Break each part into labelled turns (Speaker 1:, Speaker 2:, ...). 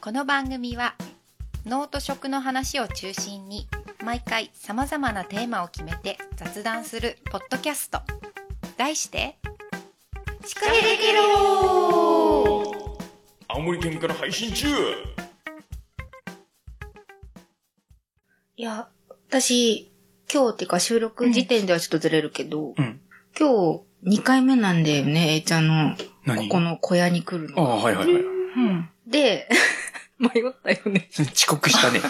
Speaker 1: この番組は脳と食の話を中心に毎回さまざまなテーマを決めて雑談するポッドキャスト題して「しっかりできる!」
Speaker 2: 青森県から配信中
Speaker 3: いや、私、今日っていうか収録時点ではちょっとずれるけど、
Speaker 2: うん。
Speaker 3: 今日2回目なんだよね、A ちゃんの、こ
Speaker 2: 何
Speaker 3: この小屋に来る
Speaker 2: あ
Speaker 3: の。
Speaker 2: あ、はいはいはい。
Speaker 3: うんで、迷ったよね。
Speaker 2: 遅刻したね。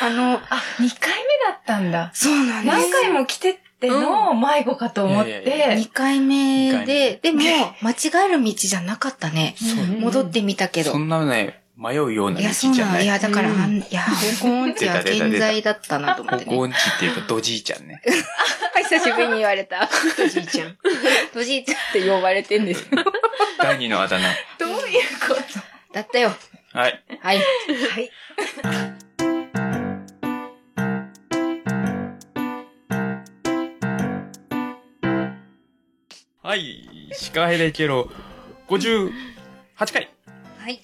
Speaker 3: あの、
Speaker 4: あ、2回目だったんだ。
Speaker 3: そうなんです。
Speaker 4: 何回も来てっての迷子かと思っ
Speaker 2: いやいや
Speaker 4: て。
Speaker 3: 2回目
Speaker 2: 二回目
Speaker 3: で、でも、間違える道じゃなかったね。
Speaker 4: うん
Speaker 3: 戻ってみたけど
Speaker 2: そ。んなね、迷うようない道
Speaker 3: や、そう
Speaker 2: じゃ
Speaker 3: な
Speaker 2: な
Speaker 3: の。い
Speaker 2: い。
Speaker 3: や、だから、
Speaker 4: うん
Speaker 3: あんいや、方向音痴は
Speaker 2: 出た出た出た
Speaker 3: 健在だったなと思
Speaker 2: 高
Speaker 3: って
Speaker 2: 校
Speaker 3: ね。
Speaker 2: 音痴っていうか、ドジーちゃんね。
Speaker 3: はい、久しぶりに言われた。おじいちゃん。おじいちゃんって呼ばれてんです。
Speaker 2: 第二のあだ名。
Speaker 4: どういうこと
Speaker 3: だったよ。
Speaker 2: はい。
Speaker 3: はい。
Speaker 4: はい。
Speaker 2: はい。シカヘレケロ、58回。
Speaker 1: はい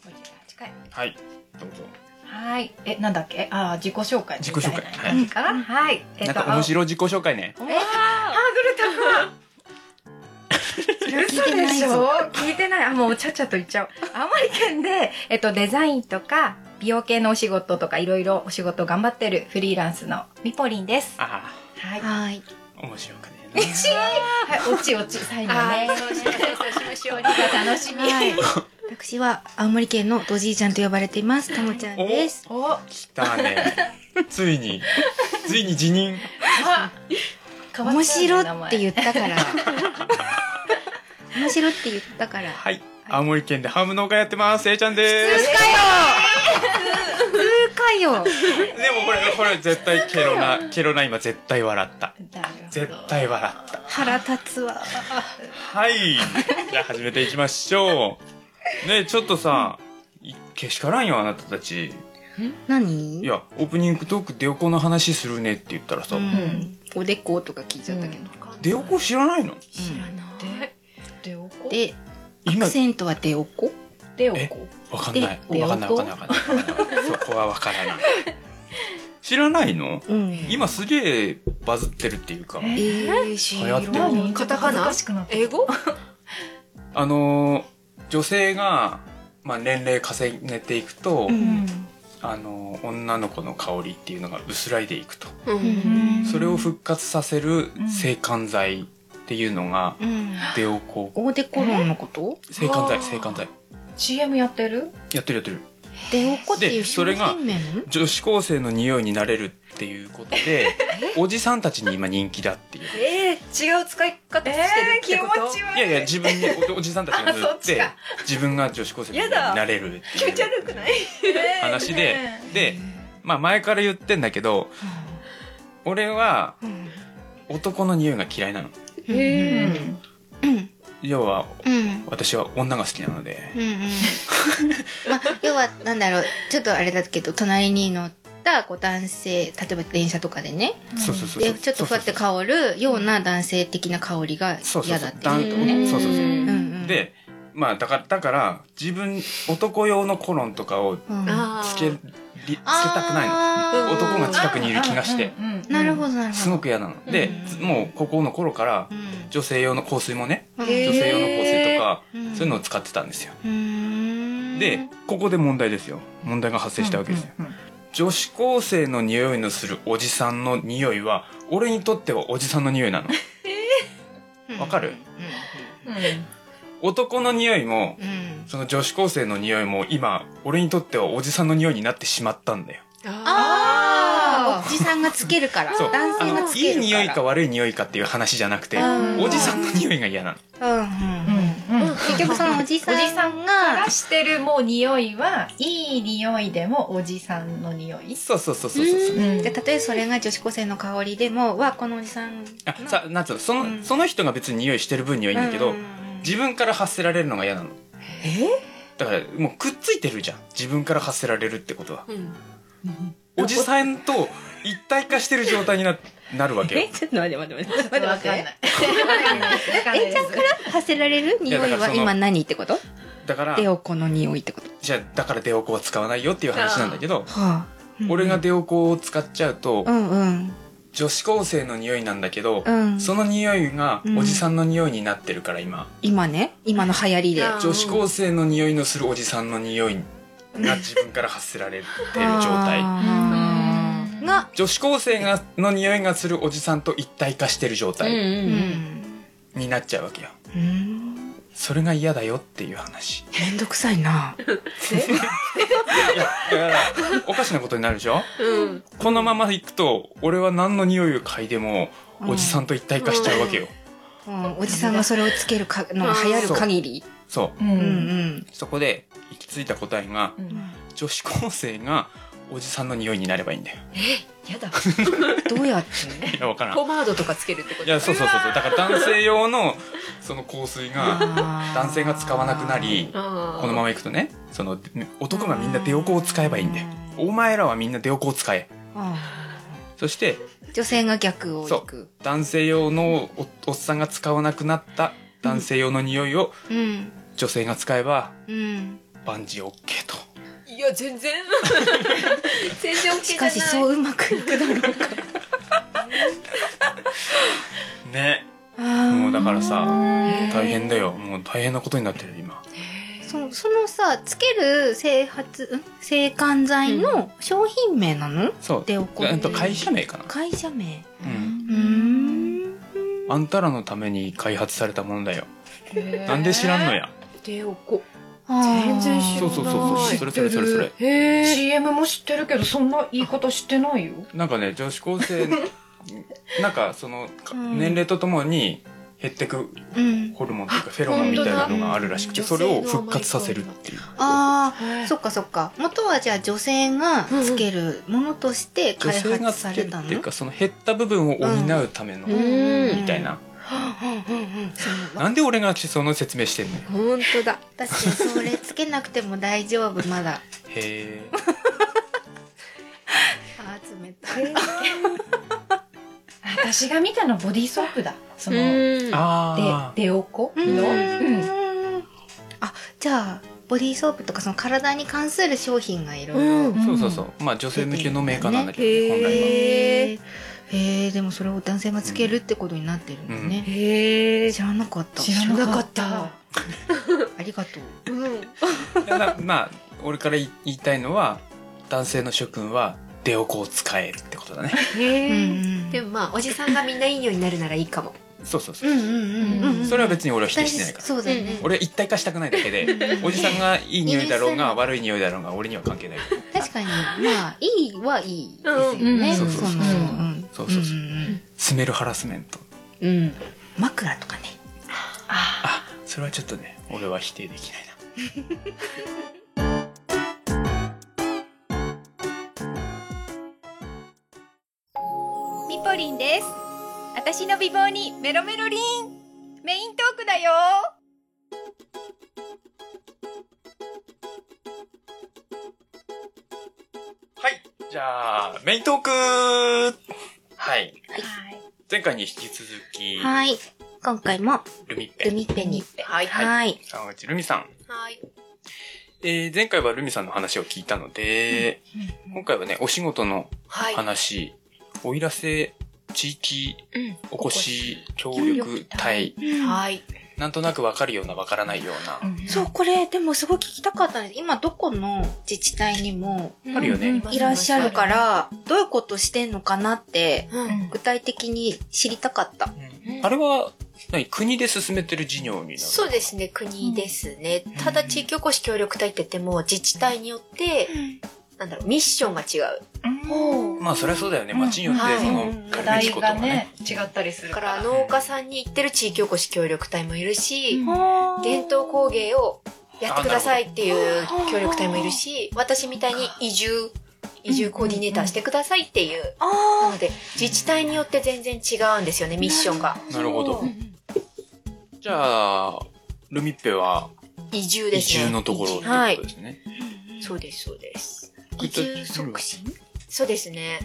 Speaker 4: 近い。
Speaker 2: はい。どうぞ。
Speaker 4: はい。え、なんだっけあー、自己紹介みたい
Speaker 2: 自
Speaker 4: な。
Speaker 2: 己紹介はい
Speaker 4: いいかなはい。え
Speaker 2: なん
Speaker 4: っと、
Speaker 2: か面白い自己紹介ね。
Speaker 4: あおえハーグル高い。嘘でしょ聞いてない。あ、もうちゃっちゃと言っちゃおう。青森県で、えっと、デザインとか、美容系のお仕事とか、いろいろお仕事頑張ってるフリーランスのミポリンです。
Speaker 2: あ
Speaker 4: はい。は
Speaker 3: はい。
Speaker 2: あ、面白かねえな。
Speaker 4: い、落ち落ち、最後ね。
Speaker 1: そうしましょうそうしましょう楽しみ
Speaker 3: はい。私は青森県のドジーちゃんと呼ばれています。ともちゃんです。
Speaker 4: お
Speaker 2: 来たね。ついに、ついに辞任。
Speaker 4: あ
Speaker 3: 面白って言った から。面白って言ったから。
Speaker 2: はい。青森県でハム農家やってます。えいちゃんです。
Speaker 3: うかよ。
Speaker 2: でもこれ、これ絶対ケロ な、ケロな今絶対笑った。
Speaker 4: なるほど
Speaker 2: 絶対笑った。
Speaker 3: 腹立つわ。
Speaker 2: はい。じゃあ始めていきましょう。ねえちょっとさ、いけしからんよ、あなたたち。
Speaker 3: 何
Speaker 2: いや、オープニングトーク出おこの話するねって言ったらさ、
Speaker 3: うん。おでことか聞いちゃったけど。
Speaker 2: 出おこ知らないの
Speaker 3: 知らな
Speaker 4: ででおこ
Speaker 3: い。で、ア
Speaker 2: 今
Speaker 3: ク、セントは出おこ
Speaker 4: でおこ
Speaker 2: わかんない。
Speaker 3: で
Speaker 2: わかんない、わかんない、わかんないわか んない。そこはわからない。知らないの
Speaker 3: うん。
Speaker 2: 今すげえバズってるっていうか、
Speaker 3: え
Speaker 4: え
Speaker 3: ー、知ら
Speaker 2: 流行って
Speaker 3: ない
Speaker 2: る
Speaker 4: カタカナ難しくなって
Speaker 5: 英語
Speaker 2: あのー、女性が、まあ、年齢重ねていくと、
Speaker 3: う
Speaker 4: うんん
Speaker 2: あの女の子の香りっていうのが薄らいでいくと、
Speaker 5: う。
Speaker 3: うんん。
Speaker 2: それを復活させる
Speaker 4: うん
Speaker 2: 制汗剤っていうのが、
Speaker 3: うん。
Speaker 2: デオコ
Speaker 3: オーデコロンのこと
Speaker 2: 制汗剤
Speaker 5: あー
Speaker 2: 制汗剤
Speaker 4: CM やってる
Speaker 2: やってるやってる
Speaker 3: 出おこってい
Speaker 2: で
Speaker 3: う商
Speaker 2: それが
Speaker 3: 品名なの
Speaker 2: 女子高生の匂いになれるっていうこと でおじさんたちに今人気だっていう
Speaker 5: えー、違う使い方してるってこと、
Speaker 2: いやいや自分におおじさんたちが塗
Speaker 4: あそっ
Speaker 2: っ
Speaker 4: ち
Speaker 2: て
Speaker 4: か
Speaker 2: 自分が女子高生になれるってい
Speaker 5: 気持ち
Speaker 2: う
Speaker 5: 悪くない
Speaker 2: 話でで、まあ、前から言ってんだけど俺は
Speaker 3: うん。
Speaker 2: 男の匂いが嫌いなの
Speaker 3: うん
Speaker 5: え
Speaker 3: うん。
Speaker 2: 要は
Speaker 3: うん。
Speaker 2: 私は女が好きなので
Speaker 3: うんうん。まあ、要は、なんだろう、ちょっとあれだけど、隣に乗ったこう男性、例えば電車とかでね、
Speaker 2: そうそうそうそ
Speaker 3: で
Speaker 2: う
Speaker 3: ちょっとふわって香るような男性的な香りが
Speaker 2: そうそう
Speaker 3: 嫌
Speaker 2: そ
Speaker 3: だ
Speaker 2: う
Speaker 3: って
Speaker 2: だん
Speaker 3: いうね。
Speaker 2: そうそうそ
Speaker 3: うんん
Speaker 2: う
Speaker 3: うん、
Speaker 2: でまあだからだから自分男用のコロンとかを
Speaker 3: うん、
Speaker 5: あー
Speaker 2: つけりつけたくないの
Speaker 3: あー
Speaker 2: 男が近くにいる気がして
Speaker 3: なるほ
Speaker 4: ど
Speaker 3: ど、なる
Speaker 2: す
Speaker 3: ほ
Speaker 2: ご
Speaker 3: ど。
Speaker 2: く嫌なので
Speaker 3: うん
Speaker 2: つもう高校の頃から
Speaker 3: うん
Speaker 2: 女性用の香水もね
Speaker 3: うん
Speaker 5: へ
Speaker 2: 女
Speaker 5: ー
Speaker 2: 性用の香水とか
Speaker 3: うん
Speaker 2: そういうのを使ってたんですよ
Speaker 3: うーん
Speaker 2: でここで問題ですよ問題が発生したわけですよ女子高生の匂いのするおじさんの匂いは俺にとってはおじさんの匂い なのわかる男の匂いも
Speaker 3: うんうん
Speaker 2: その女子高生の匂いも今、俺にとってはおじさんの匂いになってしまったんだよ。
Speaker 3: あ
Speaker 5: あ
Speaker 3: ーおじさんがつけるから
Speaker 2: そう
Speaker 3: 男
Speaker 2: あ
Speaker 3: 性が
Speaker 2: の、
Speaker 3: つけ
Speaker 2: い
Speaker 3: る
Speaker 2: い
Speaker 3: から
Speaker 2: 匂いか悪い匂いかっていう話じゃなくて、
Speaker 3: うん
Speaker 2: おじさんの匂いが嫌なの。
Speaker 3: うんうんうん結局そのおじさん
Speaker 4: おじさん
Speaker 3: が
Speaker 4: 出してるもう匂いはいい匂いでもおじさんの匂い
Speaker 2: そうそうそうそうそうう。
Speaker 3: んで例えばそれが女子高生の香りでもわこのおじさん
Speaker 2: あさ、なんつうの、その、
Speaker 3: うん
Speaker 2: その人が別に匂いしてる分にはいいんだけど、
Speaker 3: うんうんうん
Speaker 2: 自分から発せられるのが嫌なの。だから、もうくっついてるじゃん。自分から発せられるってことは。
Speaker 5: うん
Speaker 2: おじさんと一体化してる状態にな、なるわけよ。
Speaker 3: ちょっと待って 待って待って
Speaker 4: わかんない
Speaker 3: えちゃんから発せられる
Speaker 2: い
Speaker 3: 匂
Speaker 2: やだ
Speaker 3: い
Speaker 2: から
Speaker 3: は
Speaker 2: その
Speaker 3: 今何ってこと
Speaker 2: だから
Speaker 3: で、おこの匂いってこと
Speaker 2: しじゃあだからデオコは使わないよっていう話なんだけど、
Speaker 3: はあうん
Speaker 2: 俺がデオコを使っちゃうと、
Speaker 3: うんうん
Speaker 2: 女子高生の匂いなんだけど、
Speaker 3: うん
Speaker 2: その匂いがおじさんの匂いになってるから今、
Speaker 3: 今ね今の流行りで
Speaker 5: あー
Speaker 2: 女子高生の匂いのするおじさんの匂いが自分から発せられてる状態
Speaker 3: あーが
Speaker 2: 女子高生がの匂いがするおじさんと一体化してる状態
Speaker 3: うん
Speaker 5: ん
Speaker 2: になっちゃうわけよ、
Speaker 3: うん
Speaker 2: それが嫌だよっていう話
Speaker 3: めんどくさいない
Speaker 2: やだからおかしなことになるでしょ
Speaker 5: うん
Speaker 2: このまま行くと俺は何の匂いを嗅いでもおじさんと一体化しちゃうわけよ、
Speaker 3: うんおじさんがそれをつけるかのが流行る限り
Speaker 2: そう
Speaker 3: う
Speaker 4: う
Speaker 3: んうんん
Speaker 2: そこで行き着いた答えが
Speaker 4: うん
Speaker 2: 女子高生がおじさんの匂いになればいいんだよ
Speaker 5: やだ
Speaker 3: どうやって
Speaker 2: いやわからん
Speaker 5: ポマードとかつけるってこと
Speaker 2: いやそうそうそうそうだから男性用のその香水が男
Speaker 3: 男
Speaker 2: 性が使わなくなり
Speaker 5: あー
Speaker 2: このままいくとねその男がみんなデオコを使えばいいんだよお前らはみんなデオコを使えそして
Speaker 3: 女性が逆をいく
Speaker 2: 男性用のおおっさんが使わなくなった男性用の匂いを
Speaker 3: うん
Speaker 2: 女性が使えば
Speaker 3: うん
Speaker 2: 万事 OK と
Speaker 5: いや全然全然 OK じ
Speaker 3: し
Speaker 5: ゃな
Speaker 3: か
Speaker 5: い
Speaker 3: しそううまくいくだろうか
Speaker 2: ねも
Speaker 3: も
Speaker 2: うだからさ大変だよもう大変なことになってる今
Speaker 3: そそのさつける整髪ん制汗剤の商品名なの、
Speaker 2: そう
Speaker 3: デオコ
Speaker 2: えっと会社名かな
Speaker 3: 会社名
Speaker 2: うん
Speaker 3: うん
Speaker 2: あんたらのために開発されたものだよなんで知らんのや
Speaker 5: デオコ
Speaker 4: 全然知らな
Speaker 2: そうそう
Speaker 4: い
Speaker 2: そうそうそれそれそれそれ
Speaker 4: へえ CM も知ってるけどそんな言い方してないよ
Speaker 2: なんかね女子 高生なんかその、か
Speaker 3: うん
Speaker 2: 年齢とともに減ってく
Speaker 3: うん
Speaker 2: ホルモンというかフェロモンみたいなのがあるらしくて
Speaker 5: 本当
Speaker 2: そ
Speaker 5: だ
Speaker 2: れを復活させるっていう
Speaker 3: ああそっかそっか元はじゃあ女性がつけるものとして
Speaker 2: 女
Speaker 3: 開
Speaker 2: 性が
Speaker 3: 発
Speaker 2: つ
Speaker 3: さ
Speaker 2: け
Speaker 3: れ
Speaker 2: る
Speaker 3: た
Speaker 2: っ
Speaker 3: の
Speaker 2: ていうかその減った部分を補うための、
Speaker 5: ん
Speaker 2: みたいな、
Speaker 3: うんうんうんその
Speaker 2: なんで俺がその説明してんのよ
Speaker 5: 本当だ
Speaker 3: 私それつけなくても大丈夫まだ
Speaker 2: へえ
Speaker 3: あー冷たい
Speaker 4: 私が見たのボディーソープだそので
Speaker 5: うん
Speaker 2: あ
Speaker 4: デオコ
Speaker 3: う
Speaker 4: のうん
Speaker 3: んあじゃあボディーソープとかその体に関する商品がいろいろ
Speaker 5: うん
Speaker 2: あそうそうそうまあ女性向けのメーカーなんだけど、
Speaker 5: ね
Speaker 2: ね、本来は
Speaker 3: へえへえでもそれを男性がつけるってことになってるんだね、
Speaker 5: へえ
Speaker 3: 知らなかった
Speaker 4: 知らなかっ
Speaker 5: 知らな
Speaker 4: た
Speaker 5: か
Speaker 3: ありがとう
Speaker 5: うん
Speaker 2: いやなまあ俺から言いたいのは男性の諸君はデオコを使えるってことだね
Speaker 3: う
Speaker 5: へえ
Speaker 3: ん
Speaker 5: でもまあおじさんがみんないい匂いになるならいいかも
Speaker 2: そうそうそうう、
Speaker 3: んうんうんうん
Speaker 2: それは別に俺は否定してないから
Speaker 3: そうだよね、
Speaker 2: 俺は一体化したくないだけで
Speaker 3: うん
Speaker 2: おじさんがいい匂いだろう
Speaker 3: う
Speaker 2: が
Speaker 3: ん
Speaker 2: 悪い匂いだろうが俺には関係ない
Speaker 3: 確かにまあいいはいいですよね、
Speaker 4: うん
Speaker 2: そうそうそう
Speaker 3: のん
Speaker 2: そうそうそうん
Speaker 3: ん
Speaker 2: スメルハラスメント
Speaker 3: うんうん枕とかね
Speaker 2: あそれはちょっとね俺は否定できないな
Speaker 1: ミポリンです私の美貌にメロメロリンメイントークだよ
Speaker 2: はいじゃあメイントークはい前回に引き続き
Speaker 3: はい今回も
Speaker 2: ルミッ
Speaker 3: ル
Speaker 2: ペ
Speaker 3: ミッペに
Speaker 5: はい
Speaker 3: はい、
Speaker 2: 沢口ルミさん
Speaker 5: はい
Speaker 2: えー前回はルミさんの話を聞いたので、今回はね、お仕事の
Speaker 5: はい
Speaker 2: 話、おいらせ地域
Speaker 5: うん
Speaker 2: おこし協力隊、
Speaker 5: はい
Speaker 2: なんとなくわかるようなわからないような、
Speaker 3: そうこれでもすごい聞きたかったんです今どこの自治体にも
Speaker 2: あるよね。
Speaker 3: いらっしゃるからどういうことしてんのかなって
Speaker 5: うん
Speaker 3: 具体的に知りたかった
Speaker 5: うん
Speaker 2: あれは、何国で進めてる事業になる
Speaker 5: そうですね国ですねただ地域おこし協力隊って言っても自治体によってなんだろうミッションが違う
Speaker 4: うん
Speaker 2: まあ、そりゃそうだよね。町によって、
Speaker 5: はい
Speaker 2: その、
Speaker 3: うん
Speaker 2: や
Speaker 4: 課
Speaker 2: るべ
Speaker 4: 題
Speaker 2: きこと
Speaker 4: が
Speaker 2: が
Speaker 4: ね
Speaker 2: ね。
Speaker 4: 違ったりする
Speaker 5: だか
Speaker 4: から
Speaker 5: ら農家さんに行ってる地域おこし協力隊もいるし伝
Speaker 3: 伝
Speaker 5: 統工芸をやってくださいっていう協力隊もいるし私みたいに移住移住コーディネーターしてくださいっていうな
Speaker 3: あ
Speaker 5: ので自治体によって全然違うんですよねミッションが
Speaker 2: なるほど
Speaker 3: うんうん
Speaker 2: じゃあ、ルミッペは、
Speaker 5: 移住
Speaker 2: 移
Speaker 5: ですね
Speaker 2: 住のところって
Speaker 5: は
Speaker 2: いう
Speaker 5: い
Speaker 2: ことですね。
Speaker 5: そうですそうです
Speaker 2: 移
Speaker 3: 住促
Speaker 2: 進
Speaker 5: そうですね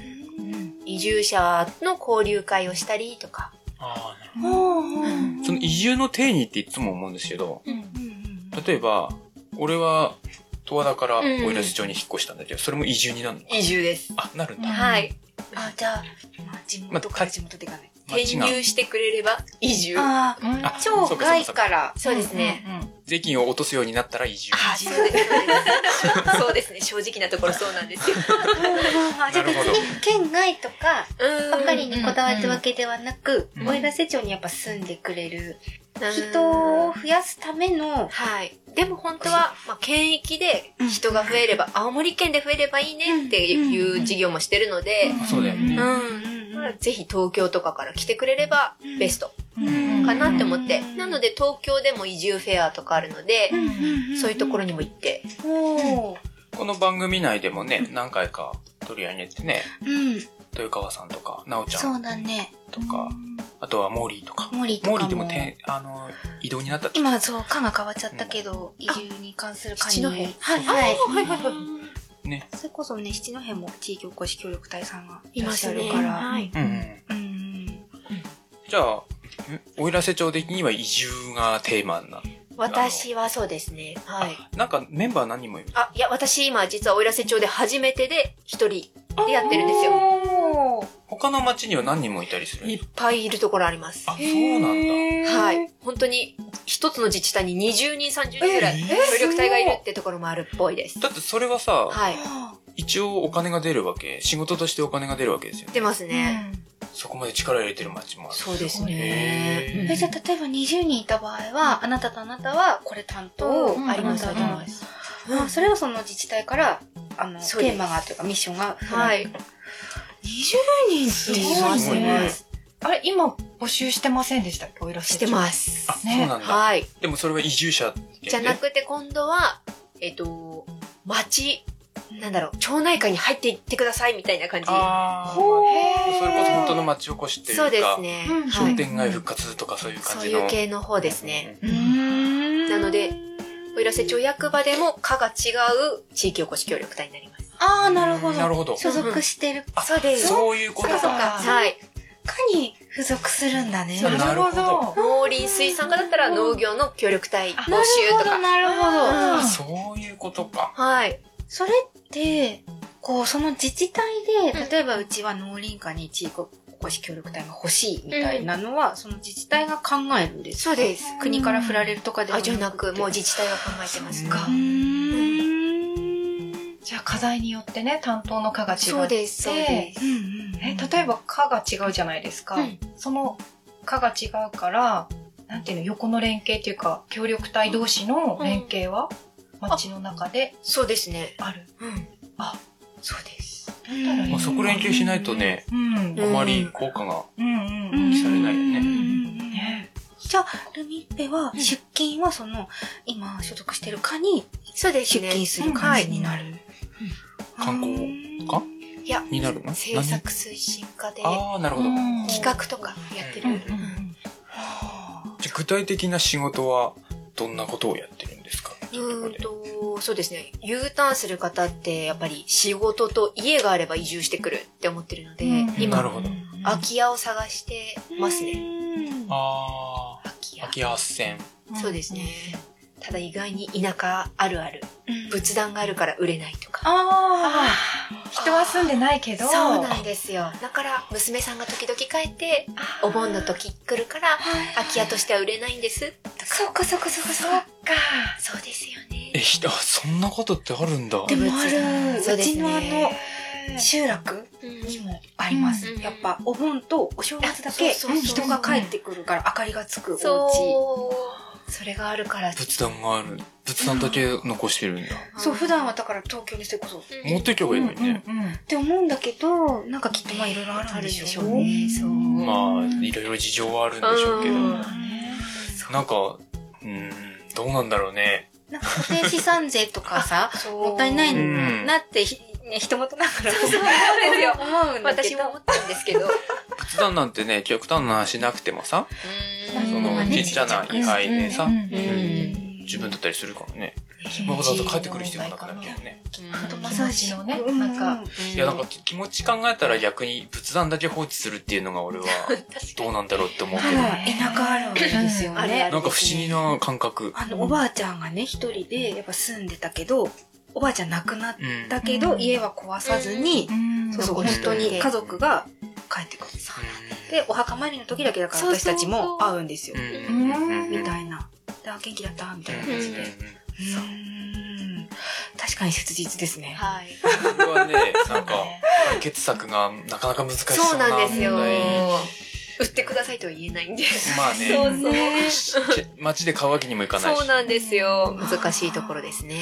Speaker 5: 移住者の交流会をしたりとか
Speaker 2: ああ、なるほ
Speaker 3: うん
Speaker 2: ど。その移住の定義っていつも思うんですけど、
Speaker 3: うんうん
Speaker 2: 例えば、俺は十和田から
Speaker 5: うん
Speaker 2: 奥入瀬町に引っ越したんだけど、それも移住になるのか
Speaker 5: 移住です。
Speaker 2: あなるんだ、
Speaker 5: はい。
Speaker 3: あ、じゃあ、まあ、地元から地元で行かない。
Speaker 2: 街
Speaker 5: 転
Speaker 2: が
Speaker 5: 入してくれれば移住。
Speaker 3: あ
Speaker 1: うん
Speaker 2: あ
Speaker 3: 超
Speaker 2: そうかそう
Speaker 3: 外
Speaker 2: かそう
Speaker 3: か。
Speaker 2: から
Speaker 5: そうですね。
Speaker 2: 税金を落とすようになったら移住
Speaker 5: あ、そうですそうです。そうですね。正直なところそうなんですよ。
Speaker 3: あじゃあ別
Speaker 2: なるほど
Speaker 3: に県外とか
Speaker 5: うん
Speaker 3: ばっかりにこだわったわけではなく、
Speaker 2: うん
Speaker 3: 大井田瀬町にやっぱ住んでくれる人
Speaker 5: 人
Speaker 3: を増やすための、
Speaker 5: はい。でも本当は、まあ、県域で人が増えれば、青森県で増えればいいねっていう事業もしてるので、
Speaker 2: あそうだよね、
Speaker 5: うん。ぜひ東京とかから来てくれればベスト
Speaker 2: うん
Speaker 5: かなって思って
Speaker 3: うん。
Speaker 5: なので東京でも移住フェアとかあるので、そういうところ
Speaker 3: に。
Speaker 5: にも行って。
Speaker 3: おー
Speaker 2: この番組内でもね何回か取り上げてね
Speaker 3: うん。
Speaker 2: 豊川さんとか奈緒ち
Speaker 3: そ
Speaker 2: ゃん
Speaker 3: うだね。
Speaker 2: とかあとはモーリーとか
Speaker 3: モーリーとかも
Speaker 2: モーリーでもてあの移動になったって
Speaker 3: 今、そう、課が変わっちゃったけど、移住に関する課に。
Speaker 5: 七戸
Speaker 3: はい、はい。
Speaker 5: はいはいはい。
Speaker 2: ね
Speaker 3: それこそね、七戸も地域おこし協力隊さんがい
Speaker 5: い
Speaker 3: らっ
Speaker 5: ま
Speaker 3: し
Speaker 5: す
Speaker 3: ゃ
Speaker 5: ね。
Speaker 3: るから。
Speaker 5: はい。
Speaker 2: うん、う
Speaker 3: う
Speaker 2: ん、
Speaker 3: ん。
Speaker 2: じゃあおいらせ町的には移住がテーマにな
Speaker 5: 私はそうですね。はい。
Speaker 2: なんかメンバー何人もいる
Speaker 5: あ、いや、私今実は奥入瀬町で初めてで一人でやってるんですよ。
Speaker 3: よ。
Speaker 2: 他の町には何人もいたりする
Speaker 5: いっぱいいるところあります。
Speaker 2: あそうなんだ
Speaker 5: はい。本当に一つの自治体に20人、30人ぐらい協力隊がいるってところもあるっぽいです。
Speaker 2: だってそれはさ、
Speaker 5: はい。
Speaker 2: 一応お金が出るわけ仕事としてお金が出るわけですよね
Speaker 5: 出ますね。
Speaker 2: そこまで力入れてる町もある
Speaker 5: そうです
Speaker 2: へ
Speaker 5: ね。
Speaker 3: えじゃあ例えば20人いた場合は、あなたとあなたはこれ担当、
Speaker 1: うん
Speaker 3: あります
Speaker 1: うん
Speaker 3: あります。あ
Speaker 5: そ
Speaker 3: それをその自治体から、あの、テ
Speaker 5: そうです
Speaker 3: ーマがというかミッションが。
Speaker 5: れはい。
Speaker 3: 20人
Speaker 5: い
Speaker 3: い
Speaker 5: ま
Speaker 3: ますす
Speaker 5: ね
Speaker 3: ね。。
Speaker 1: あれ今募集してませんでしたっけおいら
Speaker 5: して
Speaker 1: す
Speaker 5: ます。
Speaker 2: あ、
Speaker 1: ね
Speaker 2: そうなんだ、
Speaker 5: はい。
Speaker 2: でもそれは移住者やね
Speaker 5: じゃなくて今度は、えっと、町、なんだろう、町内会に入っていってくださいみたいな感じ。
Speaker 2: あーそれこそ本当の町おこしっていうか
Speaker 5: そうですね。
Speaker 1: うん
Speaker 5: は
Speaker 2: 商
Speaker 5: い。
Speaker 2: 店街復活とかそういう感
Speaker 5: そう
Speaker 2: じの
Speaker 5: いう系の方ですね。
Speaker 3: うん
Speaker 5: なので、おいらせ町役場でも、課が違う地域おこし協力隊になります。
Speaker 3: ああ、なるほ
Speaker 2: なる
Speaker 3: ど。
Speaker 2: ほど
Speaker 3: 所属してる。
Speaker 2: あ
Speaker 5: そうで
Speaker 2: そういうこと
Speaker 3: そうか
Speaker 2: か
Speaker 5: はい。
Speaker 3: かに付属するんだね。
Speaker 2: そうだなるほど
Speaker 5: 農林水産課だったら農業の協力隊募集とか。
Speaker 3: なるほど、なるほど
Speaker 5: うん。
Speaker 2: そういうことか
Speaker 5: はい。
Speaker 3: それって、こう、その自治体
Speaker 5: うん
Speaker 3: で、例えばうちは農林課に地域おこし協力隊が欲しいみたいなのは、その自治体が考えるんですか
Speaker 5: そうです。
Speaker 3: 国から振られるとかでは
Speaker 5: あ、じゃなく、もう自治体が考えてますか
Speaker 3: う。ーん。
Speaker 1: じゃあ課題によってね担当の課が違って
Speaker 5: そうです、そうです。
Speaker 3: うん
Speaker 1: え例えば課が違うじゃないですか、
Speaker 5: うん
Speaker 1: その課が違うからなんていうの横の連携というか協力隊同士の連携は町の中で
Speaker 5: そうですね。
Speaker 1: ある、
Speaker 5: うん。
Speaker 1: あ
Speaker 5: そうです。
Speaker 3: うん
Speaker 1: うん
Speaker 2: まあ、そこ連携しないとね、
Speaker 1: うん、うん
Speaker 2: あまり効果が
Speaker 1: うん
Speaker 3: うん
Speaker 2: され
Speaker 3: うん
Speaker 2: ないよね
Speaker 3: うんうん
Speaker 1: ね
Speaker 3: じゃあ、ルミッペは、出勤はその、今所属してる課に
Speaker 5: そうです
Speaker 3: 出
Speaker 5: ね。
Speaker 3: 勤する感じになる。
Speaker 2: 観光課
Speaker 5: いや、
Speaker 2: になるの
Speaker 5: 制作推進課で企
Speaker 2: ああなるほど、
Speaker 1: うん
Speaker 5: 画とかやってる。
Speaker 1: うんうん
Speaker 2: じゃあ具体的な仕事はどんなことをやってるんですか
Speaker 5: うーんと、そうですね。U ターンする方って、やっぱり仕事と家があれば移住してくるって思ってるので、
Speaker 1: うん
Speaker 5: 今、
Speaker 2: なるほど
Speaker 5: 空き家を探してますね。
Speaker 3: ね
Speaker 2: ああ
Speaker 5: 空き家
Speaker 2: 空。き家斡旋
Speaker 1: うん
Speaker 5: そうですね。ただ意外に田舎あるある。仏壇があるから売れないとか。
Speaker 1: ああ人は住んでないけど
Speaker 5: そうなんですよ。だから、娘さんが時々帰って、お盆の時来るから、空き家としては売れないんです。
Speaker 3: そうかそうかそうかそうか。
Speaker 1: か
Speaker 5: そうですよ
Speaker 2: え
Speaker 5: ね。
Speaker 2: ひあそんなことってあるんだ
Speaker 3: でもあ
Speaker 5: 仏壇
Speaker 3: る。
Speaker 5: そう
Speaker 3: う
Speaker 5: です
Speaker 3: ちのあの
Speaker 5: ね。、
Speaker 3: 集落
Speaker 5: うん
Speaker 3: にもあります
Speaker 5: うん。
Speaker 3: やっぱ、お盆とお正月だ
Speaker 5: あ
Speaker 3: け
Speaker 5: そうそうそう
Speaker 3: 人が帰ってくるから明かりがつくお家。
Speaker 5: そう。それがあるから。
Speaker 2: 仏壇がある仏壇だけ残してるんだ、
Speaker 3: そう、普段はだから東京にそれこそ。っ
Speaker 5: うん
Speaker 2: 持っていけばいいのにね、
Speaker 1: うんうんうん
Speaker 3: て思うんだけど、なんかきっとまあいろいろある
Speaker 5: あ
Speaker 3: ん
Speaker 5: る
Speaker 3: で
Speaker 5: で
Speaker 3: し
Speaker 5: し
Speaker 3: ょ
Speaker 5: ょ
Speaker 3: う
Speaker 5: う
Speaker 3: ね。
Speaker 5: ね。そう。
Speaker 2: まあいろいろ事情はあるんでしょうけど、
Speaker 5: うん
Speaker 2: なんかうんどうなんだろうね
Speaker 3: なんか固定資産税とかさ、もったいない
Speaker 2: うん
Speaker 3: なってひ、ね、人事ながら思
Speaker 5: ですよ
Speaker 3: うんだけ
Speaker 5: 私
Speaker 3: ど
Speaker 5: も思ったんですけど。
Speaker 2: 仏壇なんてね極端な話なくてもさ
Speaker 5: うん
Speaker 2: そ
Speaker 5: まあ
Speaker 2: の
Speaker 5: ね
Speaker 2: ちっちゃな位牌でさ、
Speaker 1: うんうん
Speaker 5: うん
Speaker 2: うん自分だったりするからねわざわざ帰ってくる必要もなくなるけどね
Speaker 3: あと
Speaker 5: う
Speaker 3: マッサー
Speaker 1: 気持ち
Speaker 3: ジ
Speaker 1: のね
Speaker 3: うん
Speaker 1: なんか
Speaker 5: ん
Speaker 2: いやなんか気持ち考えたら逆に仏壇だけ放置するっていうのが俺はどうなんだろうって思うけど、
Speaker 3: まあ田舎あるあるですよ
Speaker 5: あるあ
Speaker 3: ね。
Speaker 5: る
Speaker 2: なんか不思議な感覚
Speaker 3: あの、おばあちゃんがね、一人でやっぱ住んでたけど、
Speaker 5: おばあちゃん亡くなっ
Speaker 2: うん
Speaker 5: たけど、
Speaker 4: うん
Speaker 5: 家は壊さずに、
Speaker 4: うん
Speaker 5: そうそう、
Speaker 3: うん
Speaker 5: 本当に家族が帰ってくる。で、お墓参りの時だけだから
Speaker 3: そうそう
Speaker 5: 私たちも会うんですよ。
Speaker 2: うんうん
Speaker 5: みたいな。であ元気だったみたいな
Speaker 2: うん
Speaker 5: 感じで。うん確かに切実ですね。
Speaker 3: はい。
Speaker 2: これはねなんか解決策がなかなか難し
Speaker 5: そ
Speaker 2: そううな
Speaker 5: なん
Speaker 2: 問題
Speaker 5: ですよ。
Speaker 2: ま
Speaker 5: 売ってくださいとは言えないんです。
Speaker 2: あね
Speaker 5: そうそう。
Speaker 2: ち街で買うわけにもいかないし
Speaker 5: そうなんですよ。
Speaker 3: うん
Speaker 5: 難しいところですね。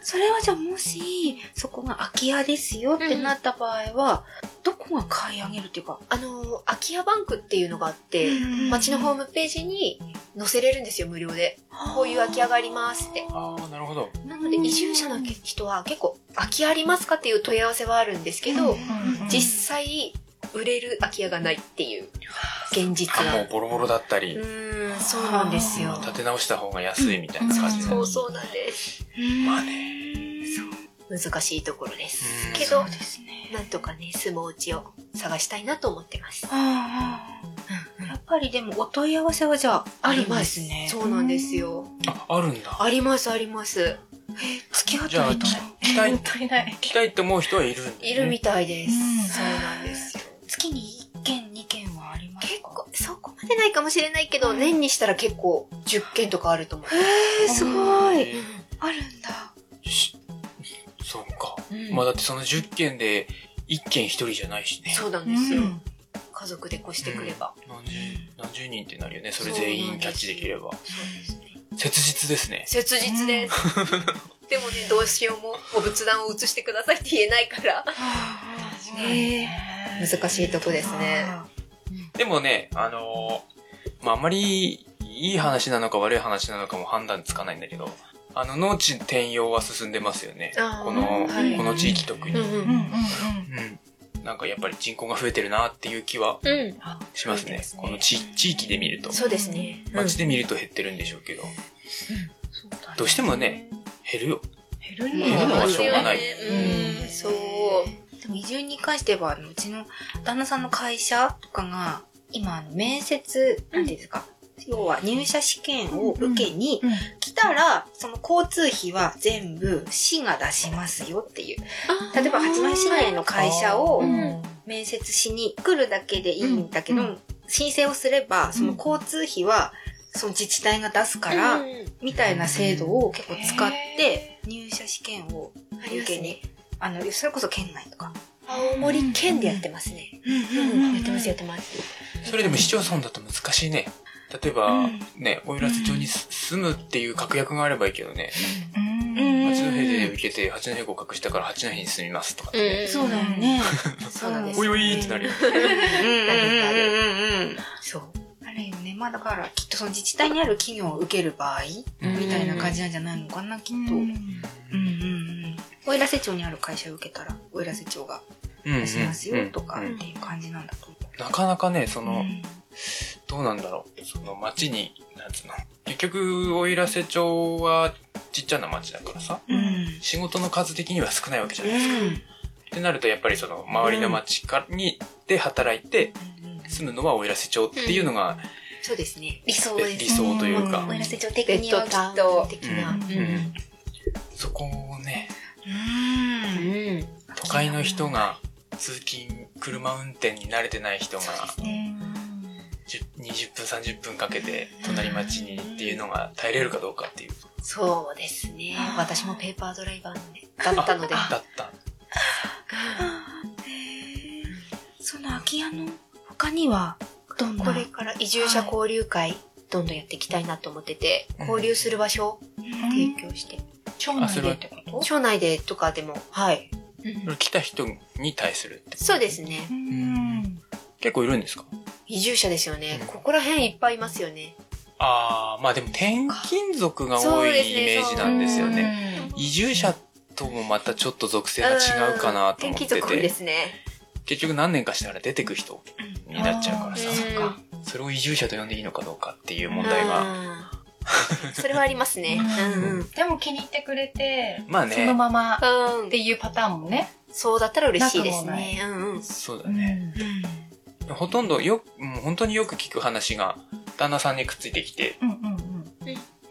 Speaker 3: それはじゃあもし、そこが空き家ですよってなった場合は、どこが買い上げるっていうか、
Speaker 5: あの、空き家バンクっていうのがあって、
Speaker 3: うん
Speaker 5: 町のホームページに載せれるんですよ、無料で。こういう空き家がありますって。
Speaker 2: ああなるほど
Speaker 5: なので、移住者の人は結構、空き家ありますかっていう問い合わせはあるんですけど、実際、売れる空き家がないっていう、現実
Speaker 2: あも
Speaker 5: が
Speaker 2: う。ボロボロだった
Speaker 5: う
Speaker 2: り
Speaker 5: ーん、そうなんですよ。
Speaker 2: 建て直した方が安いみたいな感じで
Speaker 5: そうそうなんです。
Speaker 2: まあね
Speaker 5: 難しいところです
Speaker 2: うん。
Speaker 5: けど、
Speaker 3: ですね。
Speaker 5: なんとかね、住むお家を探したいなと思ってます。
Speaker 3: ああ。やっぱりでもお問い合わせはじゃああるんですね。
Speaker 5: そうなんですよ。
Speaker 2: ああるんだ
Speaker 5: あります、あります。
Speaker 3: 月当
Speaker 2: じゃ
Speaker 3: た
Speaker 2: あ
Speaker 3: りと
Speaker 2: き来たい
Speaker 4: 対ない
Speaker 2: 来たいと思う人はいるんだね
Speaker 5: いるみたいです。
Speaker 4: うん
Speaker 5: そうなんですよ。
Speaker 3: 月に1件2件はあります
Speaker 5: 結
Speaker 3: か
Speaker 5: 構、そこまでないかもしれないけど、年にしたら結構10件とかあると思う。
Speaker 3: えー、すごい。
Speaker 2: え
Speaker 3: あるんだ。
Speaker 2: ーしそうかまあだってその10件で1件1人じゃないしね
Speaker 5: そうなんですよ。
Speaker 4: うん
Speaker 5: 家族で越してくれば。
Speaker 2: 何十何十人ってなるよねそれ全員キャッチできれば
Speaker 5: そうですね。
Speaker 2: 切実ですね
Speaker 5: 切実です。でもね、どうしようも、ご仏壇を移してくださいって言えないから。
Speaker 4: ね
Speaker 5: 難しいとこですね。
Speaker 2: でもねあのーまああんまりいい話なのか悪い話なのかも判断つかないんだけどあの農地転用は進んでますよね
Speaker 5: あー
Speaker 2: この、
Speaker 5: はい
Speaker 2: この地域特に、
Speaker 5: うんうん
Speaker 4: うんうんうん
Speaker 2: うんなんかやっぱり人口が増えてるなっていう気は
Speaker 5: うん。
Speaker 2: しますねこの地地域で見ると
Speaker 5: そうですね。
Speaker 2: 街で見ると減ってるんでしょうけど、どうしてもね減るよ
Speaker 4: 減る
Speaker 5: うん
Speaker 4: よ
Speaker 2: 減るのはしょうがない
Speaker 5: うん、そう。
Speaker 3: でも移住に関しては、あのうちの旦那さんの会社とかが、今、あの面接、なんていうんですか、要は入社試験を受けに
Speaker 4: うんうん
Speaker 3: 来たら、その交通費は全部市が出しますよっていう。例えば、八幡市内の会社を
Speaker 4: うん
Speaker 3: 面接しに来るだけでいいんだけど、
Speaker 4: うん
Speaker 3: 申請をすれば、その交通費は、その自治体が出すから、
Speaker 5: うん
Speaker 3: みたいな制度を結構使って、入社試験を受けに、あの、それこそ県内とか。
Speaker 5: 青森県でやってますね。やってます、やってます。
Speaker 2: それでも市町村だと難しいね例えば、
Speaker 3: うん
Speaker 2: ね奥入瀬町にす住むっていう確約があればいいけどね
Speaker 4: うん
Speaker 2: 八戸で受けて八戸合格したから八戸に住みますとかってね、
Speaker 3: そうだよね。そうなんです
Speaker 2: おいおいってなるよね
Speaker 3: うんうんうんうんうん。
Speaker 5: そう。
Speaker 3: あるよね。まあだから、きっとその自治体にある企業を受ける場合、
Speaker 2: うん
Speaker 3: みたいな感じなんじゃないのかな、きっと。うんうんうん。おいらせ町にある会社を受けたら、おいらせ町が
Speaker 2: うん
Speaker 3: 出しますよとか
Speaker 2: うん
Speaker 3: っていう感じなんだと思。
Speaker 2: なかなかねそうの、どうなんだろうその町になんつうの結局奥入瀬町はちっちゃな町だからさ
Speaker 3: うん。うん。
Speaker 2: 仕事の数的には少ないわけじゃないですか、ってなるとやっぱりその周りの町かに、で働いて住むのは奥入瀬町っていうのが
Speaker 5: そうですね。
Speaker 3: 理想
Speaker 2: 理想というか、
Speaker 3: おいらせ町的
Speaker 5: ベッ
Speaker 3: に
Speaker 5: ド
Speaker 3: はき
Speaker 5: タ
Speaker 3: っ
Speaker 5: ウン
Speaker 3: と。
Speaker 5: 的な。
Speaker 2: うんうんそこをね
Speaker 3: うん
Speaker 5: うん。
Speaker 2: 都会の人が通勤車運転に慣れてない人が10 20分30分かけて隣町にっていうのが耐えれるかどうかっていう
Speaker 5: そうですね。私もペーパードライバーだったので。
Speaker 2: だった
Speaker 3: その空き家の他には、どんな
Speaker 5: これから移住者交流会、どんどんやっていきたいなと思ってて、交流する場所を提供して。
Speaker 4: 町内でってこと
Speaker 5: 町内でとかでも、はい。
Speaker 2: それ来た人に対するって
Speaker 5: そうですね。
Speaker 4: うん
Speaker 2: 結構いるんですか
Speaker 5: 移住者ですよね。ここら辺いっぱいいますよね。
Speaker 2: ああまあでも転勤族が多いイメージなんですよね移住者ともまたちょっと属性が違うかなと思って
Speaker 5: 天気族で
Speaker 2: て
Speaker 5: すね。
Speaker 2: 結局何年かしたら出てく人になっちゃうからさ
Speaker 5: あーそっか
Speaker 2: それを移住者と呼んでいいのかどうかっていう問題が
Speaker 5: うんそれはありますね。うんうん。
Speaker 4: でも気に入ってくれて
Speaker 2: まあね
Speaker 4: そのままっ
Speaker 5: うん
Speaker 4: ていうパターンもね
Speaker 5: そうだったら嬉しいですね。うんうん。
Speaker 2: そうだねほとんどよもう本当によく聞く話が旦那さんにくっついてきて
Speaker 4: うんうん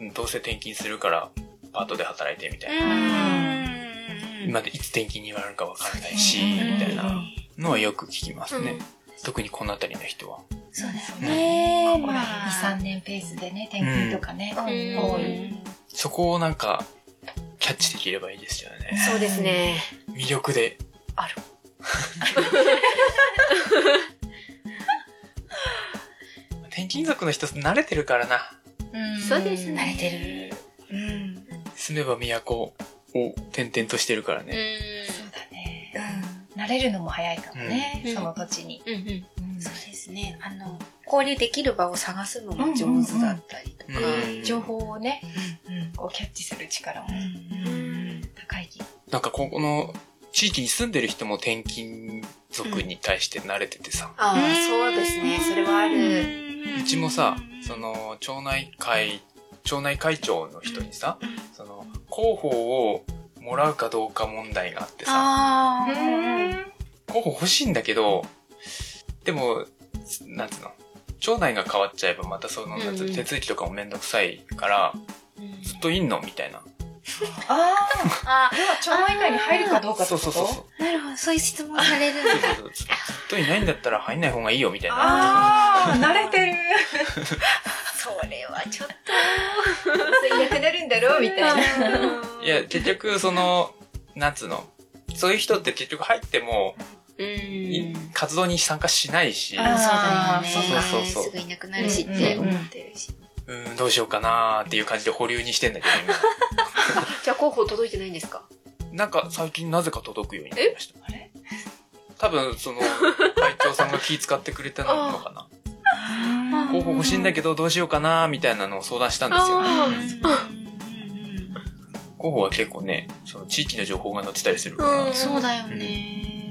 Speaker 4: うん
Speaker 2: どうせ転勤するからパートで働いてみたいな
Speaker 4: うん
Speaker 2: 今でいつ天気になるかわかんないし、
Speaker 4: そうですね
Speaker 2: みたい
Speaker 4: うんう
Speaker 2: な
Speaker 4: ん
Speaker 2: のはよく聞きますね。
Speaker 5: うん
Speaker 2: 特にこの辺りの人は。
Speaker 3: そうですね。
Speaker 5: ねえ、
Speaker 4: ここら
Speaker 5: まあ。
Speaker 4: 辺23年ペースでね天気とかね、
Speaker 5: うん
Speaker 4: 多い
Speaker 2: そこをなんか、キャッチできればいいですよね。
Speaker 5: そうですね。
Speaker 2: 魅力で。ある。 転勤族の人慣れてるからな。
Speaker 5: そうですね。
Speaker 3: 慣れてる。うん。
Speaker 2: 住めば都を転々としてるからね。
Speaker 4: そうだね
Speaker 3: う
Speaker 4: 慣れるのも早いかもね、
Speaker 5: うん
Speaker 4: その土地に、
Speaker 5: うん。うんうん。
Speaker 4: うん
Speaker 3: ん、そうですね。あの、交流できる場を探すのも上手だったりとか。
Speaker 2: うん
Speaker 4: 情報をね
Speaker 3: うんうん
Speaker 4: こうキャッチする力も
Speaker 3: うん
Speaker 4: 高いき
Speaker 2: なんかここの地域に住んでる人も転勤族に対して慣れててさ。
Speaker 5: ああ、そうですね。それはある。
Speaker 2: うちもさ、そ、の、町内会、町内会長の人にさ、その、広報をもらうかどうか問題があってさ、
Speaker 3: ああ、
Speaker 2: 広報欲しいんだけど、でも、なんつうの、町内が変わっちゃえばまたその、なんつう
Speaker 5: うん
Speaker 2: の
Speaker 5: うん
Speaker 2: 手続きとかもめんどくさいから、ずっといんのみたいな。
Speaker 4: あ
Speaker 5: あ
Speaker 4: あでは町内会に入るかどうかっ
Speaker 2: そ
Speaker 4: てこと
Speaker 2: うそうそうそう。
Speaker 3: なるほど、そういう質問されるん
Speaker 2: そ
Speaker 3: だ
Speaker 2: う。そうそうずずっといないんだったら入んない方がいいよみたいな。
Speaker 4: ああ慣れてる
Speaker 5: それはちょっ
Speaker 4: それいなくなるんだろうみたいな
Speaker 5: と。
Speaker 2: いや、結局その、なんつうの、そういう人って結局入っても、
Speaker 5: うん。
Speaker 2: 活動に参加しないし、
Speaker 4: あ
Speaker 3: あ
Speaker 4: ー
Speaker 3: そうだよね。
Speaker 2: そうそうそう
Speaker 3: すぐいなくなるしって思ってるし。
Speaker 2: うーん、どうしようかなーっていう感じで保留にしてんだけど、
Speaker 5: じゃあ候補届いてないんですか
Speaker 2: 今。なんか最近なぜか届くようになりました。
Speaker 4: あれ
Speaker 2: 多分、 その、会長さんが気遣ってくれたのかな。候補欲しいんだけどどうしようかなーみたいなのを相談したんですよ、
Speaker 5: あ
Speaker 2: ね。候補は結構ね、その地域の情報が載ってたりするから、
Speaker 5: うん
Speaker 3: そうだよね。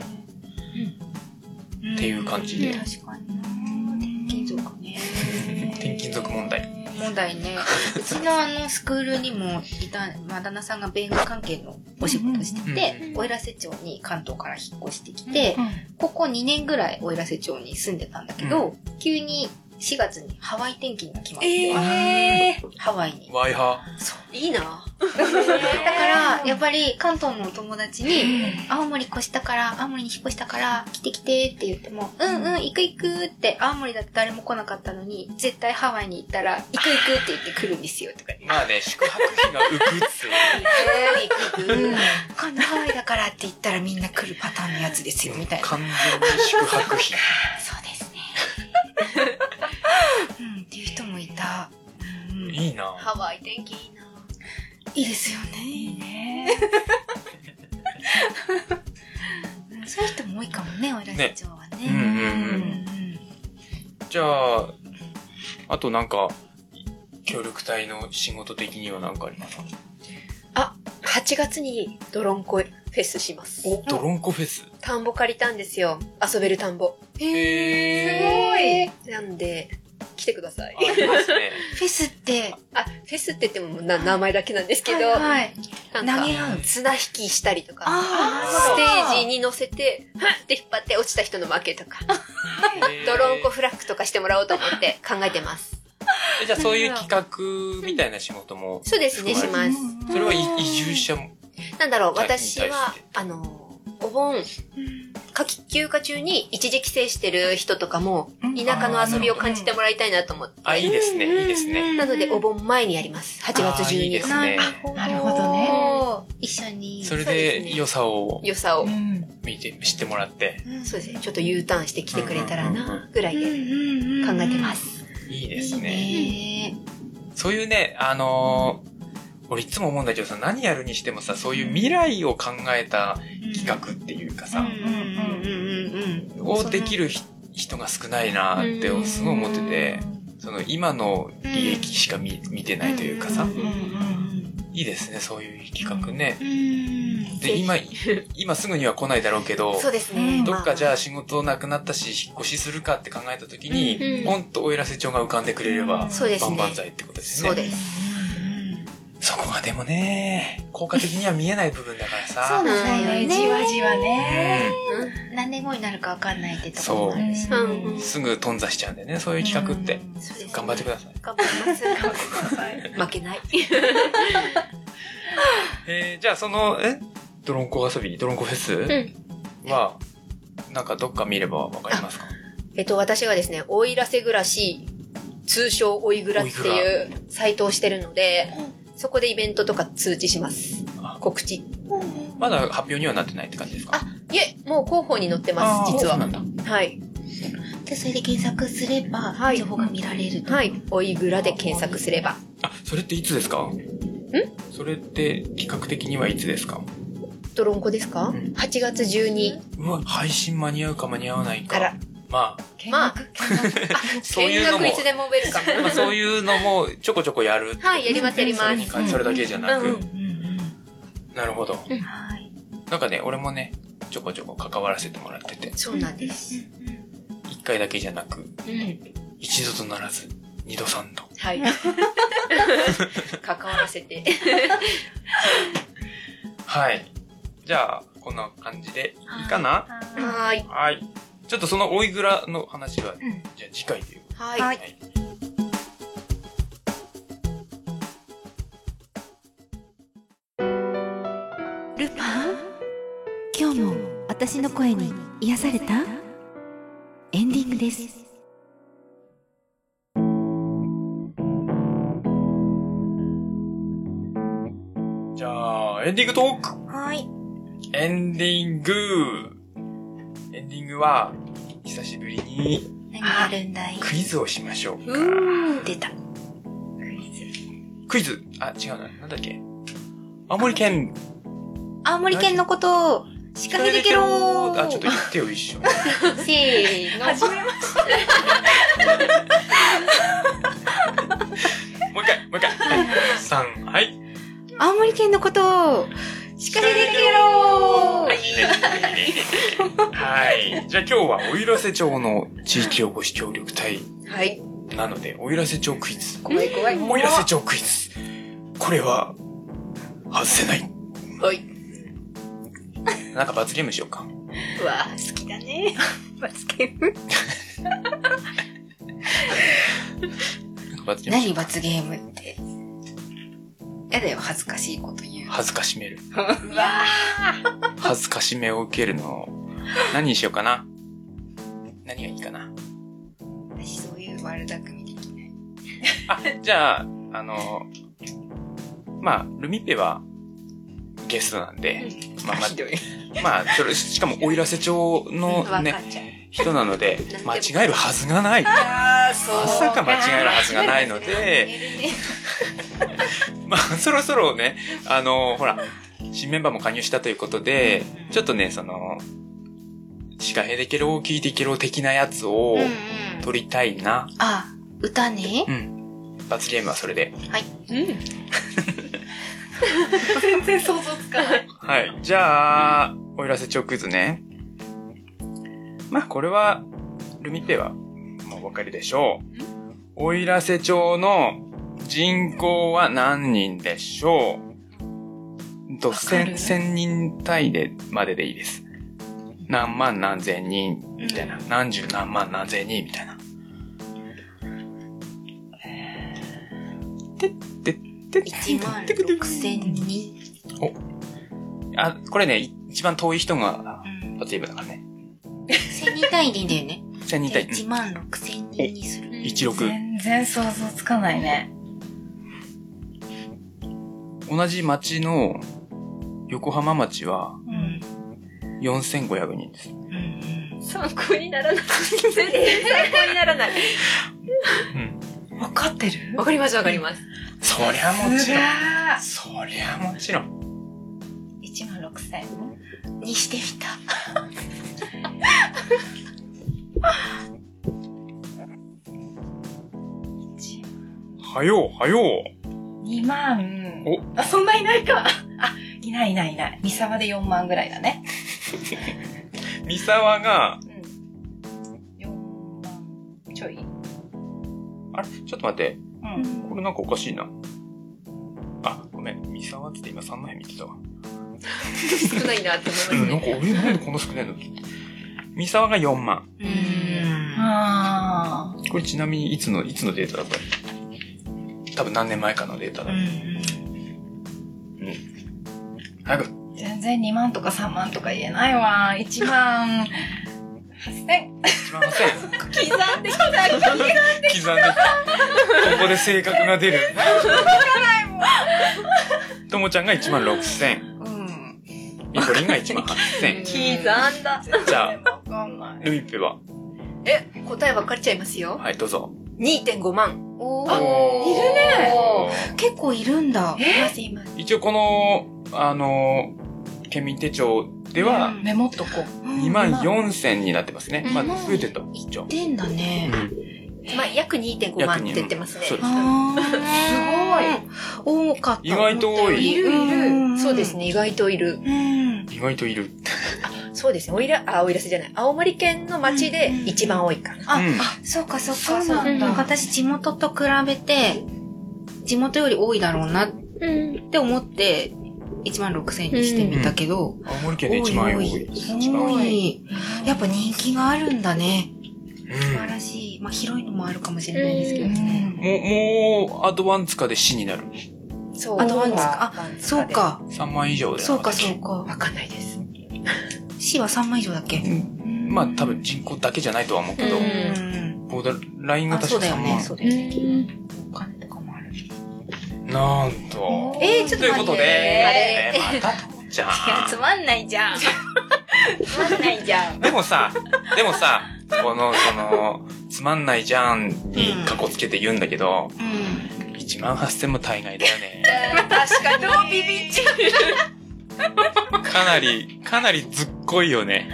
Speaker 2: っていう感じで
Speaker 3: うん確かに。
Speaker 5: 金属ね。
Speaker 2: 転勤族問題。
Speaker 3: 問題ね。うちのあの、スクールにもいた、まあ、旦那さんが弁護関係のお仕事をして
Speaker 2: うん
Speaker 3: て、
Speaker 5: うん
Speaker 3: 奥 入瀬町に関東から引っ越してきて、ここ2年ぐらい奥入瀬町に住んでたんだけど、急に4月にハワイ転勤が決まって、
Speaker 4: ええ
Speaker 3: ハワイに。
Speaker 2: ワイ派。
Speaker 5: いいな。
Speaker 3: だから、やっぱり関東のお友達に、青森越したから、青森に引っ越したから、来て来てって言っても、うんうん、行く行くって、青森だって誰も来なかったのに、絶対ハワイに行ったら、行く行くって言って来るんですよ、とか。
Speaker 2: まあね、宿泊費が浮くっていう。
Speaker 5: えー、行く行く。
Speaker 3: 今度ハワイだからって言ったらみんな来るパターンのやつですよ、みたいな。
Speaker 2: 完全に宿泊費。
Speaker 3: そうですね。うん、っていう人もいた。うんうん、い
Speaker 2: いいな
Speaker 5: ハワイ天気いいな。
Speaker 3: いですよね。そういう人も多いかもね、おいらせ町はね。
Speaker 2: うんうんうん
Speaker 3: うん
Speaker 2: じゃあ、あとなんか、協力隊の仕事的には何かありますか
Speaker 5: 8月にドロンコフェスします。
Speaker 2: お、ドロンコフェス。
Speaker 5: 田んぼ借りたんですよ。遊べる田んぼ。
Speaker 2: へー。
Speaker 5: なんで、来てください。
Speaker 2: ありますね。
Speaker 3: フェスって、
Speaker 5: あ、フェスって言ってももうな名前だけなんですけど、
Speaker 3: はい
Speaker 5: な
Speaker 3: はい、
Speaker 5: ん
Speaker 3: 投
Speaker 5: か、
Speaker 3: げ合う。
Speaker 5: 綱引きしたりとか、ス
Speaker 3: あ
Speaker 5: テージに乗せて、ふんって引っ張って落ちた人の負けとか、ドロンコフラッグとかしてもらおうと思って考えてます。
Speaker 2: えじゃあそういう企画みたいな仕事も、
Speaker 5: そうですね、し
Speaker 2: 含ま
Speaker 5: ま
Speaker 2: れ
Speaker 5: す。
Speaker 2: それはい移住者も。
Speaker 5: なんだろう、
Speaker 2: はい
Speaker 5: 私は
Speaker 2: に対して、
Speaker 5: あの、お盆、夏季休暇中に一時帰省してる人とかも、田舎の遊びを感じてもらいたいなと思って。
Speaker 2: あ、いいですね、いいですね。
Speaker 5: なので、お盆前にやります。8月
Speaker 2: あーいい
Speaker 5: 12
Speaker 2: です
Speaker 5: 日。
Speaker 2: ね。
Speaker 4: なるほどね
Speaker 5: お
Speaker 3: 一緒に。
Speaker 2: それ
Speaker 5: そうです
Speaker 2: で
Speaker 5: ね
Speaker 2: 良さを
Speaker 5: ー良さを
Speaker 4: う。ん
Speaker 2: 見て、知ってもらって。
Speaker 3: うん
Speaker 5: そうですね。ちょっと U ターンして来てくれたら
Speaker 2: うんうんう
Speaker 5: な、ぐらいで考えてま。す。
Speaker 2: いい
Speaker 3: うん
Speaker 2: ですね。
Speaker 3: いいね。
Speaker 2: そういうね、あのー俺いつも思うんだけどさ、何やるにしてもさ、そういう未来を考えた企画っていうかさ、
Speaker 3: うんうんうんうん。
Speaker 2: をできるひ人が少ないなって
Speaker 5: うん
Speaker 2: すごい思ってて、その今の利益しか見見てないというかさ、
Speaker 3: うんうん
Speaker 2: いいですね、そういう企画ね。
Speaker 3: うん。うん。
Speaker 2: で、今、今すぐには来ないだろうけど、
Speaker 5: そうですね。
Speaker 2: どっかじゃ
Speaker 5: あ、
Speaker 2: あ仕事なくなったし、引っ越しするかって考えた時に、
Speaker 5: うん
Speaker 2: ポンとおいらせ帳が浮かんでくれれば、
Speaker 5: そうです
Speaker 2: 万
Speaker 5: ね
Speaker 2: 々歳ってことですね。
Speaker 5: そうです。
Speaker 2: そこがでもね、効果的には見えない部分だからさ。
Speaker 3: そうなんだよね。
Speaker 4: じわじわね
Speaker 3: 何年後になるかわかんないってとこもあるし。
Speaker 5: う
Speaker 4: うん
Speaker 5: んう
Speaker 2: うんん。すぐ頓挫しちゃうんだよね、そういう企画って。
Speaker 5: そうですね
Speaker 2: 頑張ってください。
Speaker 5: 頑張ります。頑張
Speaker 4: ください
Speaker 5: り負けない。
Speaker 2: えーじゃあその、えドロンコ遊びドロンコフェスは、なんかどっか見ればわかりますか
Speaker 5: えっと、私がですね、おいらせ暮らし、通称おいぐらっていうサイトをしてるので、そこでイベントとか通知します
Speaker 2: あ。
Speaker 5: 告知。
Speaker 2: まだ発表にはなってないって感じですか
Speaker 5: あ、いえ、もう広報に載ってます、
Speaker 2: あー
Speaker 5: 実
Speaker 2: そうな
Speaker 5: は
Speaker 2: ん。だ
Speaker 5: はい。
Speaker 3: で、それで検索すれば、
Speaker 5: はい
Speaker 3: 情報が見られると。
Speaker 5: はい。おいぐらで検索すれば。
Speaker 2: あ、それっていつですかんそれって企画的にはいつですか
Speaker 5: ドロンコですか、
Speaker 2: ん
Speaker 5: ?8 月12。
Speaker 2: うわ、配信間に合うか間に合わないか。
Speaker 5: あら
Speaker 2: ま
Speaker 5: まあ、
Speaker 2: あ、そういうのも
Speaker 5: 見、学いつでもウェルカム。
Speaker 2: まあ、そういうのもちょこちょこやる。
Speaker 5: はい、やりますやり
Speaker 2: そ
Speaker 5: ま
Speaker 2: れに
Speaker 5: す。
Speaker 2: 関それだけじゃなく、
Speaker 5: うんう
Speaker 2: なるほど。
Speaker 3: はい。
Speaker 2: なんかね、俺もね、ちょこちょこ関わらせてもらってて、
Speaker 5: そうなんです。
Speaker 2: 一回だけじゃなく、
Speaker 5: うん。
Speaker 2: 一度とならず、二度三度。
Speaker 5: はい。関わらせて。
Speaker 2: はい。じゃあ、こんな感じでいいかな
Speaker 5: はーい。
Speaker 2: はい。ちょっとその追いグラの話は、じゃあ次回という
Speaker 5: はい。
Speaker 2: はい。
Speaker 6: ルパン今日も私の声に癒されたエンディングです
Speaker 2: じゃあ、エンディングトーク
Speaker 3: はい。
Speaker 2: エンディングエンディングは、久しぶりに
Speaker 3: 何やるんだい
Speaker 2: クイズをしましょうか。
Speaker 3: 出た。
Speaker 2: クイズあ、違うな。なんだっけ青森県
Speaker 3: 青森県のことを、シカヘデケロー
Speaker 2: あ、ちょっと言ってよ、一 緒に。
Speaker 3: せーの。
Speaker 4: 初めま
Speaker 2: もう一回、もう一回。はい三、はい。
Speaker 3: 青森県のことを、シカヘデケロ
Speaker 2: はい、いいねはい。じゃあ今日は、おいらせ町の地域おこし協力隊
Speaker 5: はい。
Speaker 2: なので、おいらせ町クイズ。
Speaker 5: 怖い怖い。
Speaker 2: おいらせ町クイズ。これは、外せない。
Speaker 5: はい。
Speaker 2: なんか罰ゲームしようか。
Speaker 5: うわー好き だね。バスケ部。
Speaker 2: なんか罰ゲームしよ
Speaker 5: 何罰ゲームって。やだよ、恥ずかしいこと言
Speaker 2: う
Speaker 5: う。
Speaker 2: 恥ずかしめる。
Speaker 5: うわ
Speaker 2: 恥ずかしめを受けるのを何にしようかな何がいいかな
Speaker 5: 私そういう悪巧みできない。
Speaker 2: あじゃああのまあルミペはゲストなんで、まあま
Speaker 5: ひどい。
Speaker 2: あまあそれしかもおいらせ町のね
Speaker 5: ちゃう。
Speaker 2: 人なので
Speaker 5: でも
Speaker 2: 間違えるはずがないま
Speaker 5: ああ、そう。
Speaker 2: さか間違えるはずがないのでまあそろそろねあのほら新メンバーも加入したということで、ちょっとねその「シカヘデケロを聞いてケロ」的なやつを
Speaker 3: うんうん。
Speaker 2: 撮りたいな、
Speaker 3: あ、歌ね。
Speaker 2: うん。罰ゲームはそれで。
Speaker 5: 全然想像つかない。
Speaker 2: はい。じゃあ、おいらせチョークイズね。まあ、これは、ルミペは、もうお分かりでしょう。おいらせ町の人口は何人でしょうと、千、千人単位で、まででいいです。何万何千人、みたいな。何十何万何千人、みたいな。てってってって
Speaker 5: 1万6000人。
Speaker 2: あ、これね、い一番遠い人が、罰ゲームだからね。
Speaker 3: 千人単位でいいんだよね。
Speaker 2: 千人
Speaker 3: じゃあ
Speaker 2: 対
Speaker 3: 1万6千人にする。
Speaker 2: 一
Speaker 4: す
Speaker 2: 六。
Speaker 4: 全然想像つかないね
Speaker 2: 同じ町の、横浜町は、
Speaker 3: うん。
Speaker 2: 4500人です。
Speaker 5: 参考にならない。全然参考にならない。
Speaker 2: うん。
Speaker 4: 分かってる
Speaker 5: わかりますわかります。
Speaker 2: そりゃも
Speaker 4: す
Speaker 2: ち
Speaker 4: げ
Speaker 2: ろん。
Speaker 4: ー
Speaker 2: そりゃもちろん。
Speaker 4: 1万6千
Speaker 3: にしてみた。
Speaker 2: はよう、はよう。
Speaker 4: 2万
Speaker 2: お
Speaker 4: あそんないないかあいないいないいない三沢で4万ぐらいだね
Speaker 2: 三沢が、
Speaker 4: うん4万ちょいうん
Speaker 2: あれちょっと待って。これなんかおかしいな。あ、ごめん。三沢っつって今3の辺見てたわ。
Speaker 5: 少ないなって
Speaker 2: う
Speaker 5: 思
Speaker 2: ん、
Speaker 5: います
Speaker 2: なんか
Speaker 5: ね。
Speaker 2: 俺なんでこんな少ないのって三沢が4万。
Speaker 5: う
Speaker 4: あ
Speaker 2: これちなみにいつの、いつのデータだこれ。多分何年前かのデータだ。
Speaker 5: ん。
Speaker 2: 早く。
Speaker 4: ー全全然2万とか3万とか言えないわ。1万8000。
Speaker 2: 1万8000円。
Speaker 4: 刻んできた
Speaker 2: 刻んでここで性格が出る。ともちゃんが1万6000。
Speaker 4: うん。
Speaker 2: みこりんが1万8000。
Speaker 5: 刻んだ。
Speaker 2: じゃあ、
Speaker 4: わかんない。
Speaker 2: ルミッペは、
Speaker 5: え、答え分かっちゃいますよ。
Speaker 2: はい、どうぞ。
Speaker 5: 2.5万。
Speaker 3: お
Speaker 2: あ
Speaker 3: ー。
Speaker 2: いる
Speaker 3: ね
Speaker 2: おー
Speaker 3: 結構いるんだ。
Speaker 4: え
Speaker 3: いますいます。
Speaker 2: 一応この、あの、県民手帳では、
Speaker 4: メモっとこ
Speaker 2: 2万4000になってますね。
Speaker 3: うん
Speaker 2: まあ、増えてた、一応。
Speaker 3: 出んだね。
Speaker 5: まあ、約2.5万って言ってますね。
Speaker 2: そうです
Speaker 3: あー すごい。多かった。
Speaker 2: 意外と多い。
Speaker 5: いるい
Speaker 3: うん
Speaker 5: る。そうですね、意外といる。
Speaker 3: うん。
Speaker 2: 意外といる。
Speaker 5: そうですね、おいら、あ、おいらせじゃない。青森県の町で一番多いかな。
Speaker 3: あ
Speaker 2: うん
Speaker 3: そうかそうか
Speaker 4: そう
Speaker 3: そう
Speaker 4: なん
Speaker 5: だ
Speaker 3: なんか私地元と比べて、地元より多いだろうなっ
Speaker 5: うん。
Speaker 3: て思って、1万6000にしてみたけど、
Speaker 2: 青森県で1万円多い。一
Speaker 3: す
Speaker 2: 番
Speaker 3: ご
Speaker 2: 多い。
Speaker 3: い。やっぱ人気があるんだね。素晴
Speaker 2: う
Speaker 3: らしい。まあ広いのもあるかもしれないですけどね。
Speaker 2: んもう、もう、アドワンツカで死になる。
Speaker 5: そう。
Speaker 3: あとワンツカ
Speaker 5: ワンツ
Speaker 3: そう
Speaker 5: カで。
Speaker 3: か。
Speaker 2: 3万以上で。
Speaker 3: そうかそうか。
Speaker 5: わかんないです。
Speaker 3: C は3万以上だっけ
Speaker 2: うん。まあ、多分人口だけじゃないとは思うけど
Speaker 5: う、ん
Speaker 3: うん。
Speaker 2: ボーダーラインが
Speaker 3: あ、
Speaker 2: 確
Speaker 3: そう
Speaker 2: か
Speaker 3: だよ
Speaker 2: 3
Speaker 3: ね。
Speaker 2: 万。
Speaker 3: そうだよね。お金とかもある。
Speaker 2: なんと。
Speaker 3: えー、ち
Speaker 2: と
Speaker 3: ょっと
Speaker 2: いう
Speaker 3: 待
Speaker 2: こ
Speaker 3: って。
Speaker 2: と で、またともちゃん。
Speaker 3: つまんないじゃん。つまんないじゃん。
Speaker 2: でもさ、でもさ、この、その、つまんないじゃんに
Speaker 3: うん
Speaker 2: カッコつけて言うんだけど、
Speaker 3: うん。
Speaker 2: 1万8000も大概だよね。
Speaker 5: 確かに。どうビビっちゃう。
Speaker 2: かなり、かなりずっこいよね。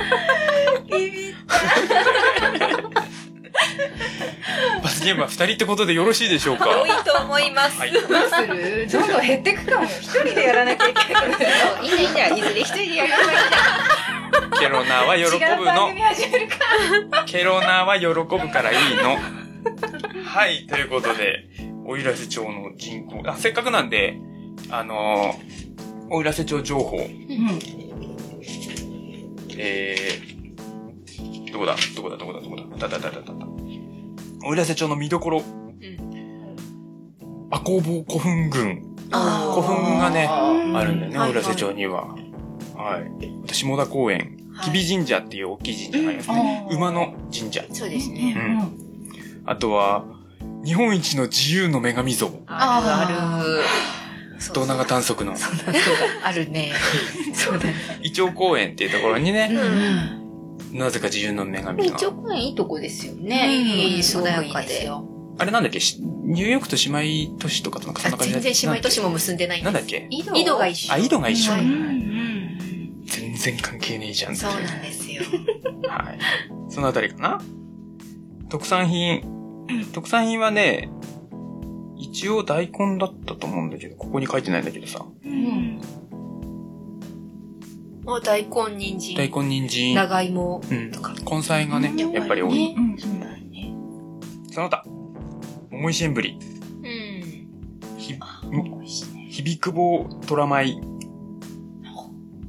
Speaker 2: 罰ゲームは2人ってことでよろしいでしょうか
Speaker 5: 多いと思います。
Speaker 2: はい。
Speaker 4: う。どうするどんどん減ってくかも。一人でやらなきゃいけない。
Speaker 5: いいね、いいね。いずれ一人でやる。
Speaker 2: ケロナは喜ぶ
Speaker 4: 違う番組
Speaker 2: の。
Speaker 4: 始めるか。
Speaker 2: ケロナは喜ぶからいいの。はい、ということで、おいらせ町の人口、あ、せっかくなんで、あのー、おいらせ町情報、えー、どこだどこだどこだどこだだだだだだだ。おいらせ町の見どころ。赤工房古墳群。
Speaker 5: あ
Speaker 2: 古墳がね、
Speaker 3: うん
Speaker 2: あるんだよね、
Speaker 3: は
Speaker 2: お
Speaker 3: い
Speaker 2: いらせ町には。はい。私、下田公園、吉備神社っていう大きい神社がありますね。馬の神社。
Speaker 5: そうですね。
Speaker 2: うん。あとは、日本一の自由の女神像。
Speaker 5: あるある。
Speaker 2: 胴長短足の。
Speaker 5: あるね。そうだね。
Speaker 2: イチョウ公園っていうところにね、
Speaker 5: うん。
Speaker 2: なぜか自由の女神が
Speaker 5: 一。応公園いいとこですよね。
Speaker 3: うん
Speaker 5: いい、
Speaker 3: そ
Speaker 5: 穏
Speaker 3: う
Speaker 5: やかで。
Speaker 2: あれなんだっけしニューヨークと姉妹都市とかとなんかそんな感じ
Speaker 5: 全然姉妹都市も結んでないん
Speaker 2: な
Speaker 5: で
Speaker 2: ん
Speaker 5: す
Speaker 2: だっけ
Speaker 4: 井戸
Speaker 5: 井戸が一緒。
Speaker 2: あ、井戸が一緒。
Speaker 5: うん
Speaker 2: 全然関係ねえじゃんってい
Speaker 5: そうなんですよ。
Speaker 2: はい。そのあたりかな特産品。特産品はね、一応大根だったと思うんだけど、ここに書いてないんだけどさ。
Speaker 4: うん
Speaker 5: もう大根、人
Speaker 2: 大
Speaker 5: 参、
Speaker 2: 根、人参、
Speaker 5: 長芋。
Speaker 2: うん。根菜がね、やっぱり多い。
Speaker 4: うん
Speaker 2: その他、桃石縁ぶり、
Speaker 5: うん。
Speaker 2: ひ、ひびくぼとらまい、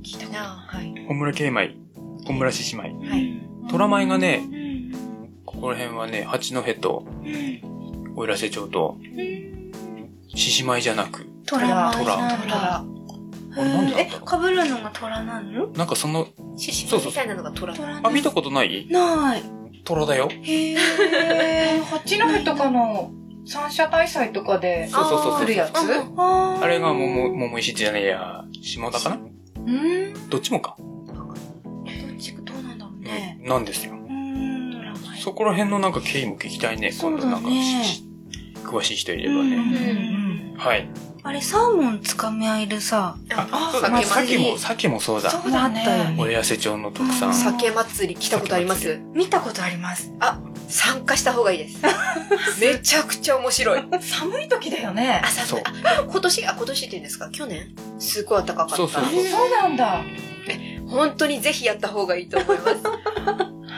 Speaker 5: 聞いたなはい。
Speaker 2: 小村慶米、小村獅子米。
Speaker 5: はい。
Speaker 2: トラマイがね、ここら辺はね、八戸と、おいらせ町と、獅子舞じゃなく、
Speaker 3: トラ
Speaker 2: ト
Speaker 3: トラ
Speaker 2: ラ
Speaker 3: なんだ。
Speaker 2: あれなんでだ
Speaker 3: え、かぶるのがトラなの
Speaker 2: なんかその、
Speaker 5: 獅子舞みたいなのが虎。
Speaker 3: トラ
Speaker 2: あ、見たことない
Speaker 3: ない。
Speaker 2: トラだよ。
Speaker 3: へえ。
Speaker 4: えー八戸とかの三社大祭とかで
Speaker 2: そうそうそうそう。
Speaker 4: 来るやつ
Speaker 3: あ
Speaker 2: あれが桃、桃石じゃねえや、下田かな
Speaker 3: うん。ど
Speaker 2: どっちもか。
Speaker 3: っちどうなんだろうね。
Speaker 2: なんですよ。
Speaker 3: うん。トラマイ。
Speaker 2: そこら辺のなんか経緯も聞きたいね。
Speaker 3: そ
Speaker 2: 今
Speaker 3: う
Speaker 2: 度
Speaker 3: だね
Speaker 2: なんかし、し詳しい人いれば
Speaker 3: う
Speaker 2: ね。
Speaker 3: ん
Speaker 2: はい。
Speaker 3: あれ、サーモンつかみ合いるさ。
Speaker 2: あ、そうだ
Speaker 5: 酒
Speaker 2: ね。さっき
Speaker 5: 祭
Speaker 2: も、
Speaker 5: り。
Speaker 2: さっきもそうだ。
Speaker 3: そうだね。
Speaker 4: あったよ
Speaker 2: おやせ町の特産
Speaker 3: う。ん
Speaker 5: 酒祭り来たことあります
Speaker 3: 見たことあります。
Speaker 5: 参加した方がいいです。めちゃくちゃ 面白い。
Speaker 4: 寒い時だよね
Speaker 5: あ、さ
Speaker 2: そう。
Speaker 5: 今年、あ、今年って言うんですか去年すごい暖かかった。
Speaker 2: そうそうそう
Speaker 4: そうなんだ
Speaker 5: 本当にぜひやった方がいいと思います。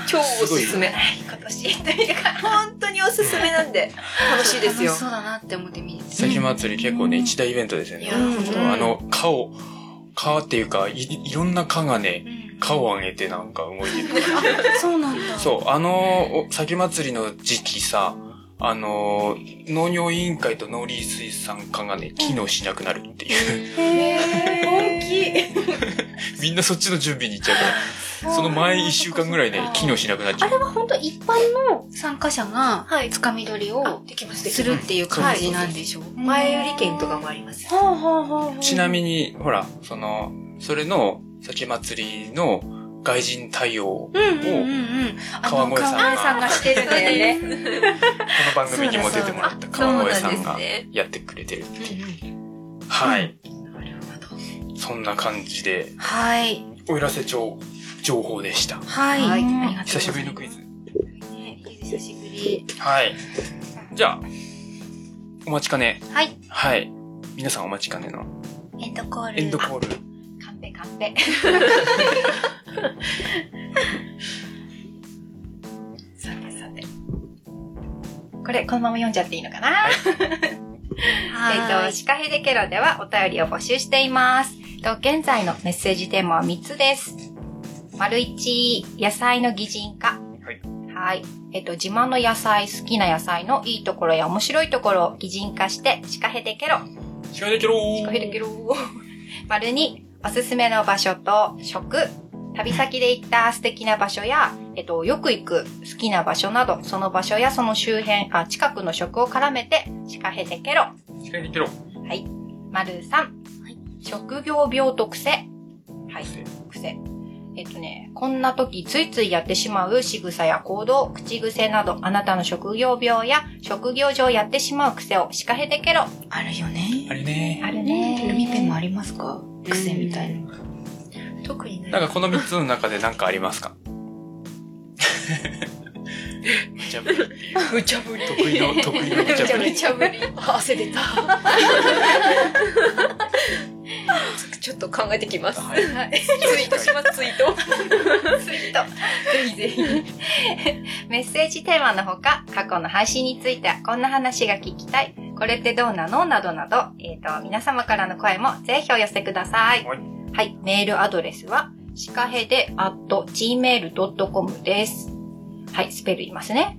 Speaker 5: 超おすすめ。今年行ってみてから、本当におすすめなんで、楽しいです よ
Speaker 3: 楽し。そうだなって思って見る。
Speaker 2: 酒祭り結構ね、一大イベントですよね
Speaker 5: いや。本当
Speaker 2: あの、蚊を、蚊っていうか、いいろんな蚊がね、蚊をあげてなんか動 いてる。
Speaker 3: そうなんだ。
Speaker 2: そう、あの、お酒祭りの時期さ、あの、農業委員会と農林水産課がね、機能しなくなるっていう。
Speaker 4: へえ本気
Speaker 2: みんなそっちの準備に行っちゃう から、その前1週間ぐらいね、機能しなくなっちゃ
Speaker 3: あれ。
Speaker 2: う
Speaker 3: は本当一般の参加者が、
Speaker 5: はい
Speaker 3: つかみ取りを
Speaker 5: できます
Speaker 3: するっていう感じなんでしょう。
Speaker 5: 前売り券とかもあります。
Speaker 3: はあはあはあ
Speaker 2: ちなみに、ほら、その、それの、先祭りの外人対応を、こ
Speaker 3: うんうんうんう
Speaker 2: の
Speaker 3: ん。あ
Speaker 2: 川
Speaker 3: の、
Speaker 2: 越さんが
Speaker 3: 川越さんがしてるんだよね。
Speaker 2: 番組にも出てもらった川越さんがやってくれてるっていう。はい。そんな感じで、
Speaker 3: はい。
Speaker 2: おいらせ町情報でした。
Speaker 3: はい。
Speaker 5: は
Speaker 3: あ
Speaker 5: い
Speaker 3: りがとうございます
Speaker 2: 久しぶりのクイズ。
Speaker 3: ね久しぶり。
Speaker 2: はい。じゃあ、お待ちかね。
Speaker 3: はい。
Speaker 2: はい。皆さんお待ちかねの
Speaker 3: エンドコール。
Speaker 2: エンドコール。
Speaker 3: カンペカンペ。
Speaker 4: さてさて。これ、このまま読んじゃっていいのかなえっと、シカヘデケロではお便りを募集しています。と、現在のメッセージテーマは3つです。丸一、野菜の擬人
Speaker 2: は
Speaker 4: 化。
Speaker 2: い。
Speaker 4: はい。えっと、自慢の野菜、好きな野菜のいいところや面白いところを擬人化して、シカヘデケロ。
Speaker 2: シカヘデケロ
Speaker 4: シカ
Speaker 2: ー
Speaker 4: ヘデケロ。丸二、おすすめの場所と食。旅先で行った素敵な場所や、えっと、よく行く好きな場所など、その場所やその周辺、あ、近くの食を絡めて、シカヘデケロ。
Speaker 2: シカヘデケロ。
Speaker 4: 丸三、職業病と癖。はい、癖。えっとね、こんな時ついついやってしまう仕草や行動、口癖など、あなたの職業病や職業上やってしまう癖をシカヘデケロ。
Speaker 5: あるよね。
Speaker 2: あれね。
Speaker 4: あ
Speaker 3: ね
Speaker 4: る
Speaker 5: ル
Speaker 4: ね。
Speaker 5: ミペンもありますか癖みたいな。特に
Speaker 2: なん
Speaker 5: ない。
Speaker 2: かこの3つの中で何かありますか無茶ぶりっていう。
Speaker 5: 無茶 ぶり。
Speaker 2: 得意の、得意の無
Speaker 5: 無
Speaker 2: 茶
Speaker 5: 茶
Speaker 2: ぶ
Speaker 5: ぶり。
Speaker 2: り。
Speaker 5: 茶ぶり。汗出た。ちょっと考えてきます。
Speaker 2: はい
Speaker 5: はい。ツイートします、ツイート。
Speaker 4: ツイート。ぜひぜひ。メッセージテーマのほか、過去の配信についてはこんな話が聞きたい。これってどうなのなどなど、えっ、と、皆様からの声もぜひお寄せください。
Speaker 2: はい。
Speaker 4: メールアドレスは、シカヘデ gmail.com です。はい、スペル言いますね。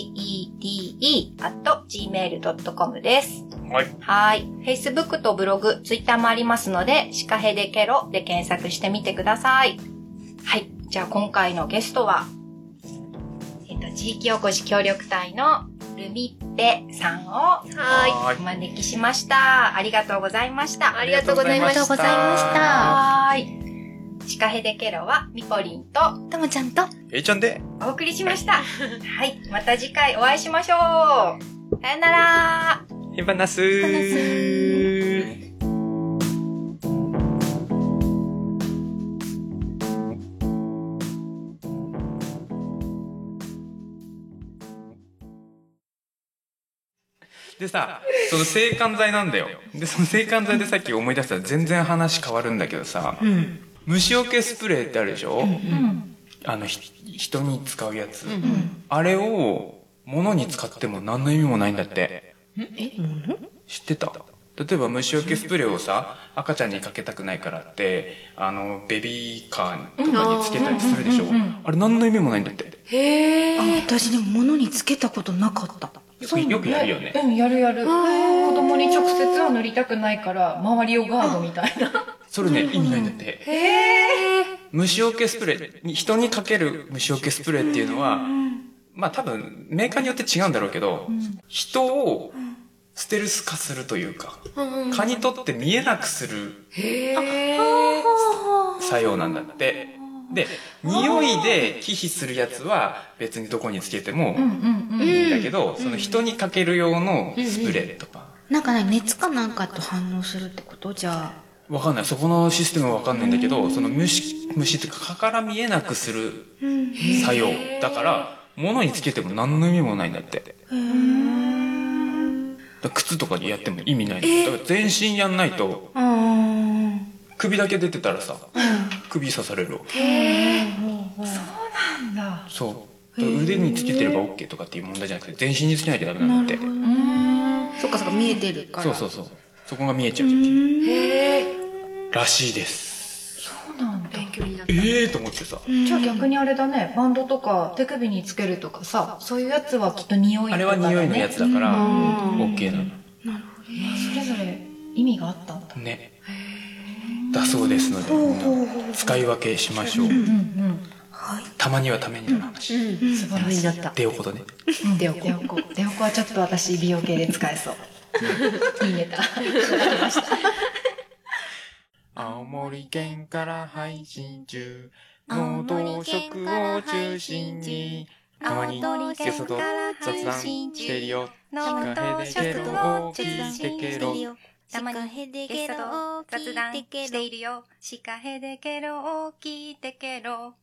Speaker 4: s-h-i-k-a-h-e-d-e gmail.com です。
Speaker 2: はい。
Speaker 4: はい。Facebook とブログ、Twitter もありますので、シカヘデケロで検索してみてください。はい。じゃあ今回のゲストは、えっ、と、地域おこし協力隊のルミッペさんを
Speaker 5: は
Speaker 2: はい
Speaker 4: お招きしました。ありがとうございました。
Speaker 5: ありがとうございました
Speaker 2: ありがとうございました
Speaker 4: はい。シカヘデケロはミポリンと
Speaker 3: たまちゃんと、
Speaker 2: えいちゃんで、
Speaker 4: お送りし ました。はい。また次回お会いしましょう。さよなら。
Speaker 2: へばなすー。でさ、その制汗剤なんだよ。で、その制汗剤でさっき思い出したら全然話変わるんだけどさ、虫除けスプレーってあるでしょ、あの、ひ人に使うやつ。あれを物に使っても何の意味もないんだって。知ってた例えば虫除けスプレーをさ、赤ちゃんにかけたくないからって、あの、ベビーカーとかにつけたりするでしょあれ何の意味もないんだって。
Speaker 7: 私でも物につけたことなかった。
Speaker 2: よくよくやるよね。
Speaker 4: うん、やるやる。子供に直接は塗りたくないから、周りをガードみたいな。
Speaker 2: それね、意味ないんだって。虫除けスプレーに、人にかける虫除けスプレーっていうのは、まあ多分、メーカーによって違うんだろうけど、人をステルス化するというか、蚊にとって見えなくする作用なんだって。で、匂いで忌避するやつは別にどこにつけてもいいんだけど、その人にかける用のスプレーとか、
Speaker 7: なんか何熱かなんかと反応するってことじゃあ。
Speaker 2: わかんない。そこのシステムはわかんないんだけど、その虫、虫っていうか蚊から見えなくする作用。だから、物につけても何の意味もないんだって。だから靴とかにやっても意味ない。だから全身やんないと、首だけ出てたらさ、首刺されるわけ。そうなんだ。そう。だから腕につけてれば OK とかっていう問題じゃなくて、全身につけなきゃダメなんだって。
Speaker 7: そっかそっか見えてるから。
Speaker 2: そうそうそう。そこが見えちゃうっていう。らしいです。そうなんだ。勉強になった。ええー、と思ってさ。
Speaker 4: じゃあ逆にあれだね、バンドとか手首につけるとかさ、そういうやつはきっと匂いとか、ね。
Speaker 2: あれは匂いのやつだから、OK なの。
Speaker 4: それぞれ意味があったんだ。
Speaker 2: ね。だそうですので、使い分けしましょう。
Speaker 4: うんうん。
Speaker 2: たまにはためになる話。
Speaker 4: 素晴らしい。
Speaker 5: なった。
Speaker 2: 出ようことね。
Speaker 4: デオコ。デオコ。デオコはちょっと私美容系で使え そう。いいネタ。
Speaker 2: 青森県から配信中。能動食を中心に、たまにゲストと雑談してるよ。
Speaker 1: ノート食堂を中心にしてるよ。た
Speaker 6: た
Speaker 1: ま
Speaker 6: ま
Speaker 1: に
Speaker 6: にゲ
Speaker 1: ゲス
Speaker 6: ス
Speaker 1: ト
Speaker 6: ト
Speaker 1: と
Speaker 6: 雑
Speaker 1: 雑談
Speaker 6: 談し
Speaker 1: してているよ。シカヘデケロを聞いてケロ。